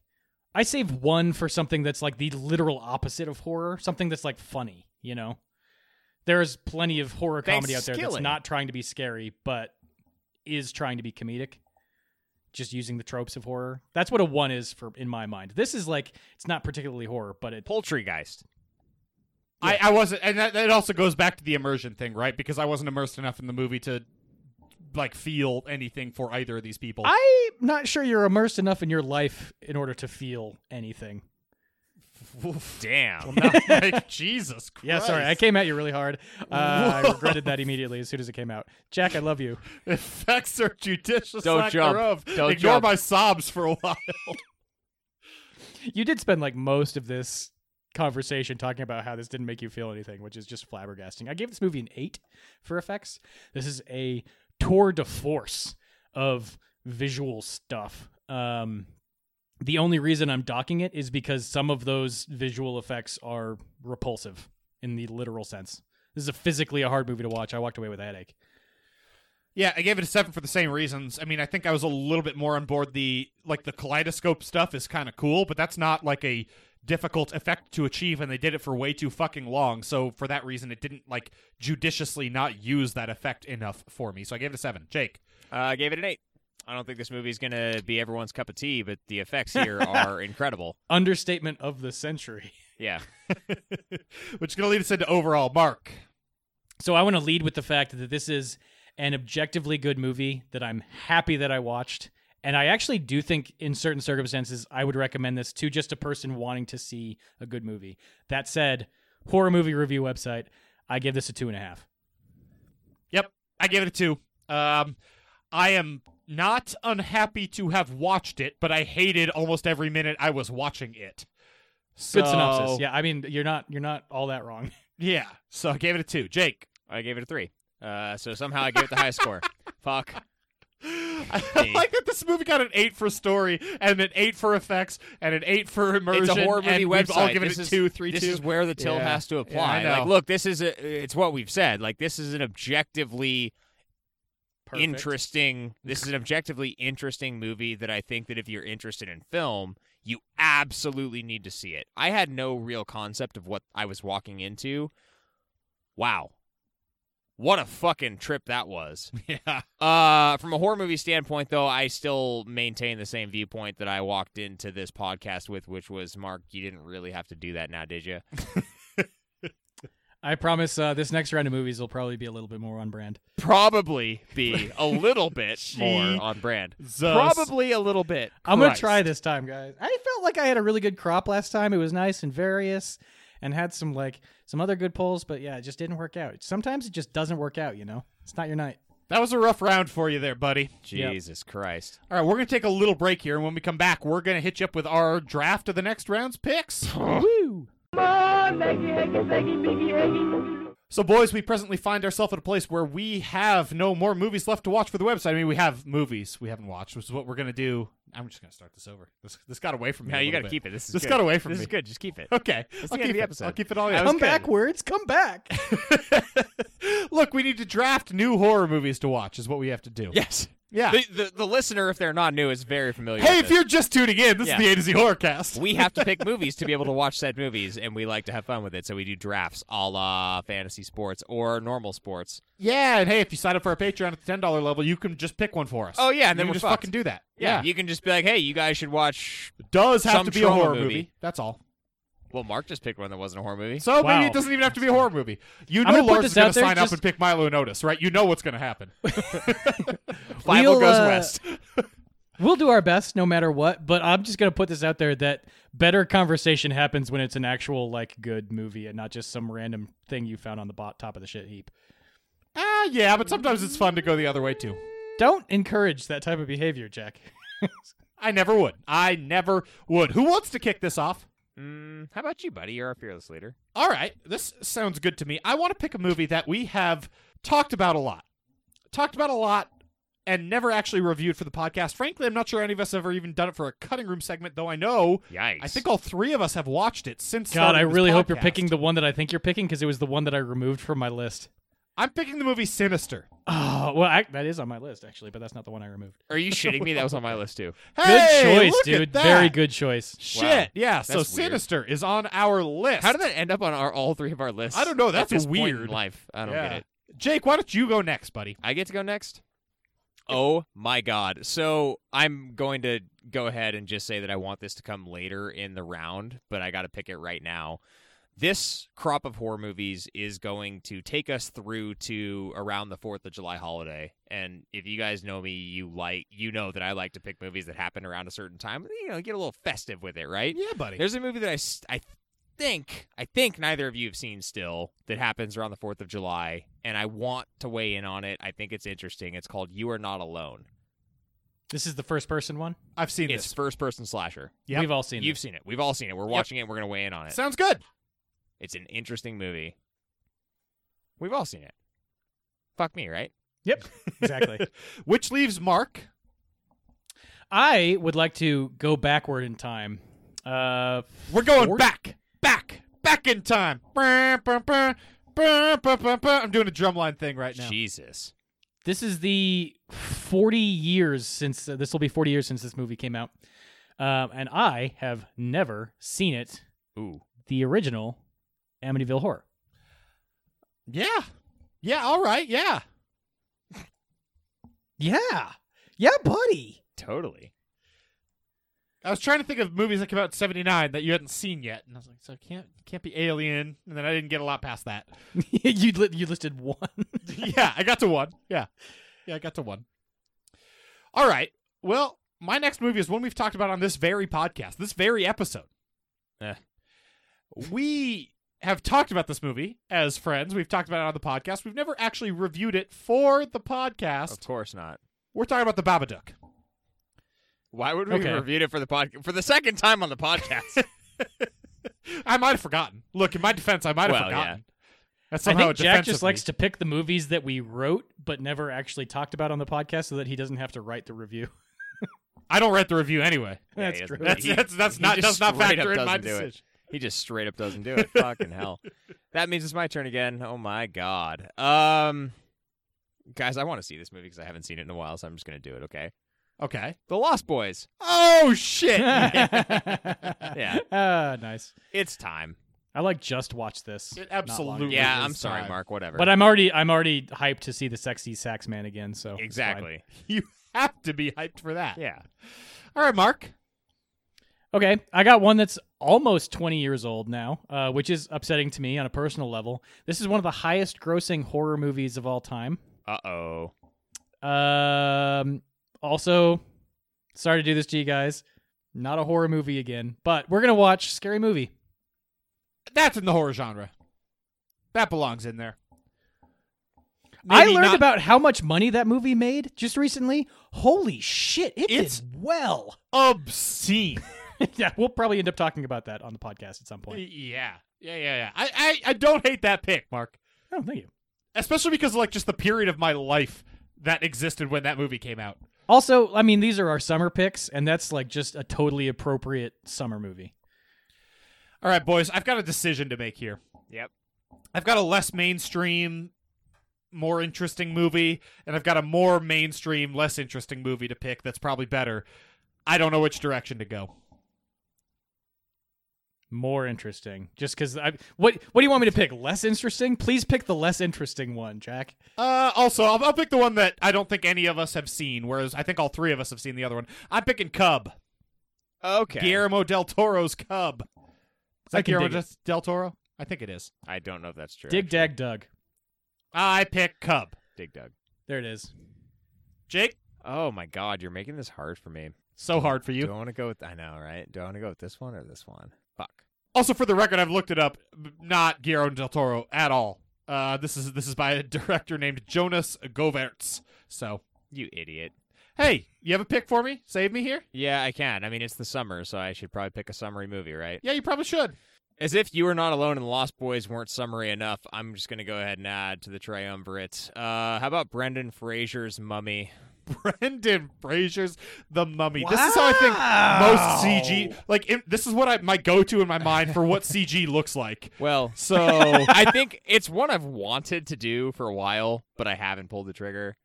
I save one for something that's like the literal opposite of horror, something that's like funny, you know. There's plenty of horror
Thanks,
comedy out there that's
Skillet.
not trying to be scary, but is trying to be comedic. Just using the tropes of horror. That's what a one is for in my mind. This is like it's not particularly horror, but it
Poultrygeist.
I, I wasn't, and that, that also goes back to the immersion thing, right? Because I wasn't immersed enough in the movie to like feel anything for either of these people.
I'm not sure you're immersed enough in your life in order to feel anything.
Damn.
like, Jesus Christ!
Yeah, sorry, I came at you really hard. Uh, I regretted that immediately as soon as it came out. Jack, I love you.
Effects are judicious.
Don't
lack
jump.
thereof.
Don't
Ignore
jump.
my sobs for a while.
You did spend like most of this conversation talking about how this didn't make you feel anything, which is just flabbergasting. I gave this movie an eight for effects. This is a tour de force of visual stuff. Um, the only reason I'm docking it is because some of those visual effects are repulsive in the literal sense. This is a physically a hard movie to watch. I walked away with a headache.
Yeah, I gave it a seven for the same reasons. I mean, I think I was a little bit more on board the like the kaleidoscope stuff is kind of cool, but that's not like a difficult effect to achieve, and they did it for way too fucking long. So for that reason, it didn't like judiciously not use that effect enough for me. So I gave it a seven. Jake,
Uh, I gave it an eight. I don't think this movie's gonna be everyone's cup of tea, but the effects here are incredible.
Understatement of the century.
Yeah,
which is gonna lead us into overall mark.
So I want to lead with the fact that this is an objectively good movie that I'm happy that I watched. And I actually do think, in certain circumstances, I would recommend this to just a person wanting to see a good movie. That said, horror movie review website, I give this a two and a half.
Yep, I gave it a two. Um, I am not unhappy to have watched it, but I hated almost every minute I was watching it.
Good
So-
synopsis. Yeah, I mean, you're not you're not all that wrong.
yeah. So I gave it a two. Jake.
I gave it a three. Uh, so somehow I gave it the high score. Fuck.
I like that this movie got an eight for story and an eight for effects and an eight for immersion.
it's a horror movie
and
website.
We've all given
this
it
is-
two, three,
this
two.
is where the tilt
Yeah.
has to
Yeah, I
apply. like,
know.
look, this is a, it's what we've said. Like, this is an objectively interesting. This is an objectively interesting movie that I think that if you're interested in film, you absolutely need to see it. I had no real concept of what I was walking into. Wow. What a fucking trip that was.
Yeah.
Uh, from a horror movie standpoint, though, I still maintain the same viewpoint that I walked into this podcast with, which was Mark, you didn't really have to do that now, did you?
I promise uh, this next round of movies will probably be a little bit more on brand.
Probably be a little bit more on brand.
Zeus.
Probably a little bit.
I'm gonna
Christ.
try this time, guys. I felt like I had a really good crop last time. It was nice and various, and had some like some other good polls, but yeah, it just didn't work out. Sometimes it just doesn't work out, you know. It's not your night.
That was a rough round for you there, buddy.
Yep.
Jesus Christ.
All right, we're going to take a little break here, and when we come back, we're going to hit you up with our draft of the next round's picks.
Woo!
So, boys, we presently find ourselves at a place where we have no more movies left to watch for the website. I mean, we have movies we haven't watched, which is what we're gonna do. I'm just gonna start this over. This this got away from me.
No,
a
you
little
got to
bit.
keep it. This is
This
good.
got away from
this
me.
is good. Just keep it.
Okay,
It's
I'll
the end of
keep
the
it.
episode.
I'll keep it all.
That
in.
was
Come back, words. Come back.
Look, we need to draft new horror movies to watch. Is what we have to do.
Yes.
Yeah.
The, the the listener, if they're not new, is very familiar.
Hey,
with
if
this.
you're just tuning in, this
Yeah.
is the A to Z Horror Cast.
we have to pick movies to be able to watch said movies, and we like to have fun with it. So we do drafts, a la fantasy sports or normal sports.
yeah, and hey, if you sign up for our Patreon at the ten dollar level, you can just pick one for us.
Oh, yeah, and then
You
we're
can just
fucked.
fucking do that.
you can just be like, hey, you guys should watch.
It does have
Some
to be a
trauma
horror
movie.
movie. That's all.
Well, Mark just picked one that wasn't a horror movie.
So
Wow.
maybe it doesn't even have to be a horror movie. You
I'm
know
gonna put
Lars is
this
going
out
to
there,
sign up
just-
and pick Milo and Otis, right? You know what's going to happen.
Five
We'll,
goes
uh,
west.
We'll do our best no matter what, but I'm just gonna put this out there that better conversation happens when it's an actual like good movie and not just some random thing you found on the bot top of the shit heap.
Ah, yeah, but sometimes it's fun to go the other way too.
Don't encourage that type of behavior, Jack.
I never would. I never would. Who wants to kick this off?
Mm, how about you, buddy? You're our fearless leader.
All right, this sounds good to me. I want to pick a movie that we have talked about a lot, talked about a lot, and never actually reviewed for the podcast. Frankly, I'm not sure any of us have ever even done it for a cutting room segment, though. I know.
Yikes.
I think all three of us have watched it since.
God,
starting
I
this
really hope you're
podcast.
picking the one that I think you're picking because it was the one that I removed from my list.
I'm picking the movie Sinister.
Oh, well, I, that is on my list actually, but that's not the one I removed.
Are you shitting me? That was on my list too.
Hey,
good choice,
look at
dude.
that.
Very good choice.
Shit.
Wow.
Yeah. So
That's weird.
Sinister is on our list.
How did that end up on our all three of our lists?
I don't know,
at
that's
this point in
weird.
life, I don't
yeah.
get it.
Jake, why don't you go next, buddy?
I get to go next? Oh my god. So I'm going to go ahead and just say that I want this to come later in the round, but I got to pick it right now. This crop of horror movies is going to take us through to around the 4th of July holiday. And if you guys know me, you like you know that I like to pick movies that happen around a certain time. You know, get a little festive with it, right?
Yeah, buddy.
There's a movie that I, s- I think I think neither of you have seen still that happens around the Fourth of July, and I want to weigh in on it. I think it's interesting. It's called "You Are Not Alone."
This is the first person one.
I've seen
It's
this.
first-person slasher.
Yep.
We've all seen
You've
it.
seen it. We've all seen it. We're watching it. and We're gonna weigh in on it.
Sounds good.
It's an interesting movie. We've all seen it. Fuck me, right?
Yep, exactly.
Which leaves Mark.
I would like to go backward in time. Uh,
We're going
Four?
back, back, back in time. Bah, bah, bah, bah, bah, bah, bah. I'm doing a drumline thing right now.
Jesus.
this is the 40 years since uh, this will be 40 years since this movie came out, um, and I have never seen it.
Ooh.
The original Amityville Horror.
Yeah. Yeah, all right. Yeah.
Yeah, yeah, buddy.
Totally.
I was trying to think of movies that came out in 79 that you hadn't seen yet. And I was like, so it can't can't be Alien. And then I didn't get a lot past that.
you li- you listed one.
yeah, I got to one. Yeah. Yeah, I got to one. All right. Well, my next movie is one we've talked about on this very podcast, this very episode.
Eh.
We have talked about this movie as friends. We've talked about it on the podcast. We've never actually reviewed it for the
Of
podcast.
course not.
We're talking about The Babadook.
Why would we
Okay.
review it for the podcast for the second time on the podcast?
I might have forgotten. Look, in my defense, I might have
Well,
forgotten. That's
I
somehow
think
a
Jack
defense
just
of me.
likes to pick the movies that we wrote but never actually talked about on the podcast, so that he doesn't have to write the review.
I don't write the review anyway.
Yeah,
That's
he doesn't-
true.
That's
he-
that's, that's
he
not
just
does not
straight up
factor in my
doesn't do it.
decision.
He just straight up doesn't do it. Fucking hell. That means it's my turn again. Oh my god. Um guys, I want to see this movie because I haven't seen it in a while, so I'm just going to do it, okay?
Okay.
The Lost Boys.
Oh shit.
yeah. Uh, nice.
It's time.
I like just watch this.
It
not long
absolutely-
ago.
Yeah,
is
I'm sorry,
time.
Mark, whatever.
But I'm already I'm already hyped to see the sexy sax man again. So it's fine.
exactly.
you have to be hyped for that.
Yeah.
All right, Mark.
Okay, I got one that's almost 20 years old now, uh, which is upsetting to me on a personal level. This is one of the highest grossing horror movies of all time.
Uh-oh.
Um, also, sorry to do this to you guys. Not a horror movie again, but we're gonna watch Scary Movie.
That's in the horror genre. That belongs in there.
I
Maybe
learned
not-
about how much money that movie made just recently. Holy shit, it
It's-
did well.
obscene.
yeah, we'll probably end up talking about that on the podcast at some
yeah.
point.
Yeah, yeah, yeah. I, I, I don't hate that pick, Mark.
Oh, thank you.
especially because of, like just the period of my life that existed when that movie came out.
Also, I mean, these are our summer picks, and that's like just a totally appropriate summer movie.
All right, boys, I've got a decision to make here.
Yep.
I've got a less mainstream, more interesting movie, and I've got a more mainstream, less interesting movie to pick that's probably better. I don't know which direction to go.
More interesting, just because I. What What do you want me to pick? Less interesting? Please pick the less interesting one, Jack.
Uh, also, I'll, I'll pick the one that I don't think any of us have seen, whereas I think all three of us have seen the other one. I'm picking Cub.
Okay.
Guillermo del Toro's Cub. Is
I
that
can
Guillermo
dig it.
del Toro? I think it is.
I don't know if that's true.
Dig, dag, dug.
I pick Cub.
Dig Dug.
There it is.
Jake,
Oh my God, you're making this hard for me.
so hard for you.
Do I want to go with? I know, right? Do I want to go with this one or this one? Fuck.
Also, for the record, I've looked it up. b- Not Guillermo del Toro at all. Uh, this is this is by a director named Jonas Govertz. So,
You idiot.
hey, you have a pick for me? Save me here?
Yeah, I can. I mean, it's the summer, so I should probably pick a summary movie, right?
Yeah, you probably should.
As if you were not alone and the Lost Boys weren't summary enough, I'm just going to go ahead and add to the triumvirate. Uh, how about Brendan Fraser's Mummy?
Brendan Fraser's The Mummy. This is how I think most CG. Like, it, this is what I my go to in my mind for what CG looks like.
Well,
So,
I think it's one I've wanted to do for a while, but I haven't pulled the trigger.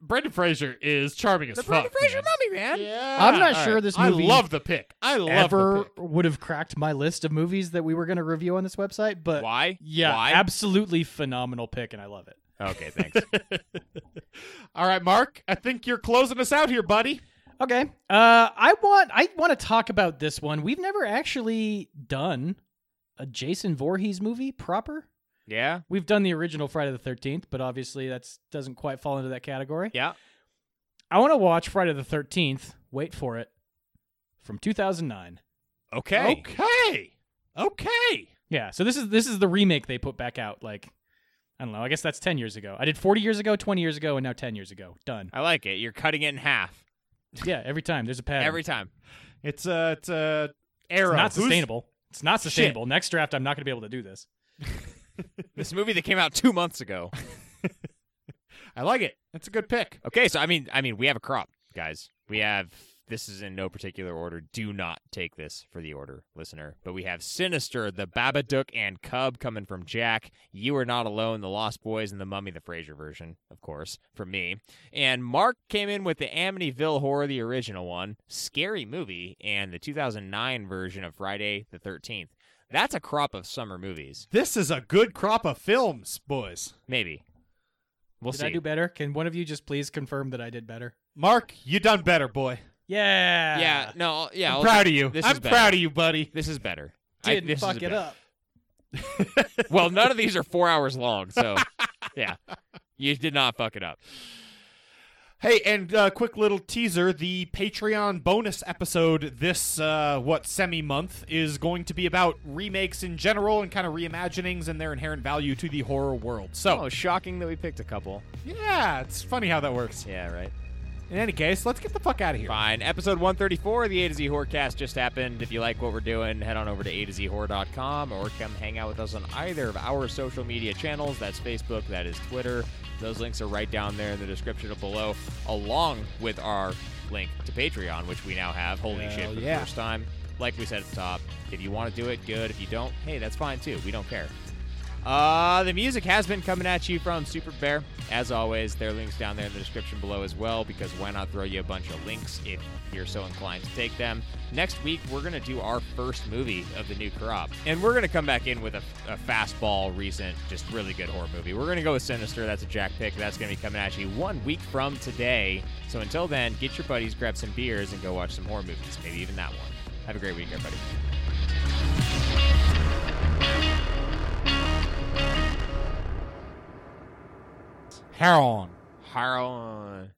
Brendan Fraser is charming as
The
fuck.
Brendan Fraser
man.
Mummy, man.
Yeah.
I'm not
All
sure this movie
I love the pick. I love the
Ever
pick.
would have cracked my list of movies that we were going to review on this website, but
Why?
yeah,
Why?
absolutely phenomenal pick, and I love it.
okay, thanks.
All right, Mark. I think you're closing us out here, buddy.
Okay. Uh, I want I want to talk about this one. We've never actually done a Jason Voorhees movie proper.
yeah.
We've done the original Friday the Thirteenth, but obviously that doesn't quite fall into that category.
Yeah.
I want to watch Friday the Thirteenth. Wait for it, from two thousand nine.
Okay.
Okay. Okay.
Yeah. So this is this is the remake they put back out. Like I don't know. I guess that's ten years ago. I did forty years ago, twenty years ago, and now ten years ago. Done.
I like it. You're cutting it in half
Yeah. Every time there's a pattern.
every time.
It's a it's uh, a arrow.
it's
Who's-
not sustainable. It's not sustainable. Next draft, I'm not going to be able to do this.
This movie that came out two months ago.
I like it. It's a good pick.
Okay, so I mean, I mean, we have a crop, guys. We have this is in no particular order. Do not take this for the order, listener. But we have Sinister, The Babadook, and Cub coming from Jack. You are not alone. The Lost Boys and the Mummy, the Fraser version, of course, from me. And Mark came in with the Amityville Horror, the original one, scary movie, and the 2009 version of Friday the 13th. That's a crop of summer movies,
This is a good crop of films, boys.
maybe. We'll
did
see.
I do better? Can one of you just please confirm that I did better?
Mark, you done better, boy.
Yeah.
yeah, no, yeah.
I'm
I'll-
proud of you.
This
I'm
is better.
proud of you, buddy.
This is better. I-
Didn't
this is
fuck
better.
it up.
Well, none of these are four hours long, so yeah, you did not fuck it up.
Hey, and uh, quick little teaser: the Patreon bonus episode this uh, what semi month is going to be about remakes in general and kind of reimaginings and their inherent value to the horror world. So,
Oh, shocking that we picked a couple.
yeah, it's funny how that works.
Yeah, right.
In any case, let's get the fuck out of here.
Fine. Episode 134 of the A to Z Horrorcast just happened. If you like what we're doing, head on over to A to Z Horror.com or come hang out with us on either of our social media channels. That's Facebook, that is Twitter. Those links are right down there in the description below, along with our link to Patreon, which we now have. Holy shit,
Hell
for the
yeah.
first time. Like we said at the top, if you want to do it, good. If you don't, hey, that's fine too. We don't care. Uh, the music has been coming at you from Super Bear. As always, there are links down there in the description below as well, because why not throw you a bunch of links if you're so inclined to take them? Next week, we're going to do our first movie of the new crop. And we're going to come back in with a, a fastball, recent, just really good horror movie. We're going to go with Sinister. That's a Jack pick. That's going to be coming at you one week from today. So until then, get your buddies, grab some beers, and go watch some horror movies. Maybe even that one. Have a great week, everybody.
Heron.
Haroon.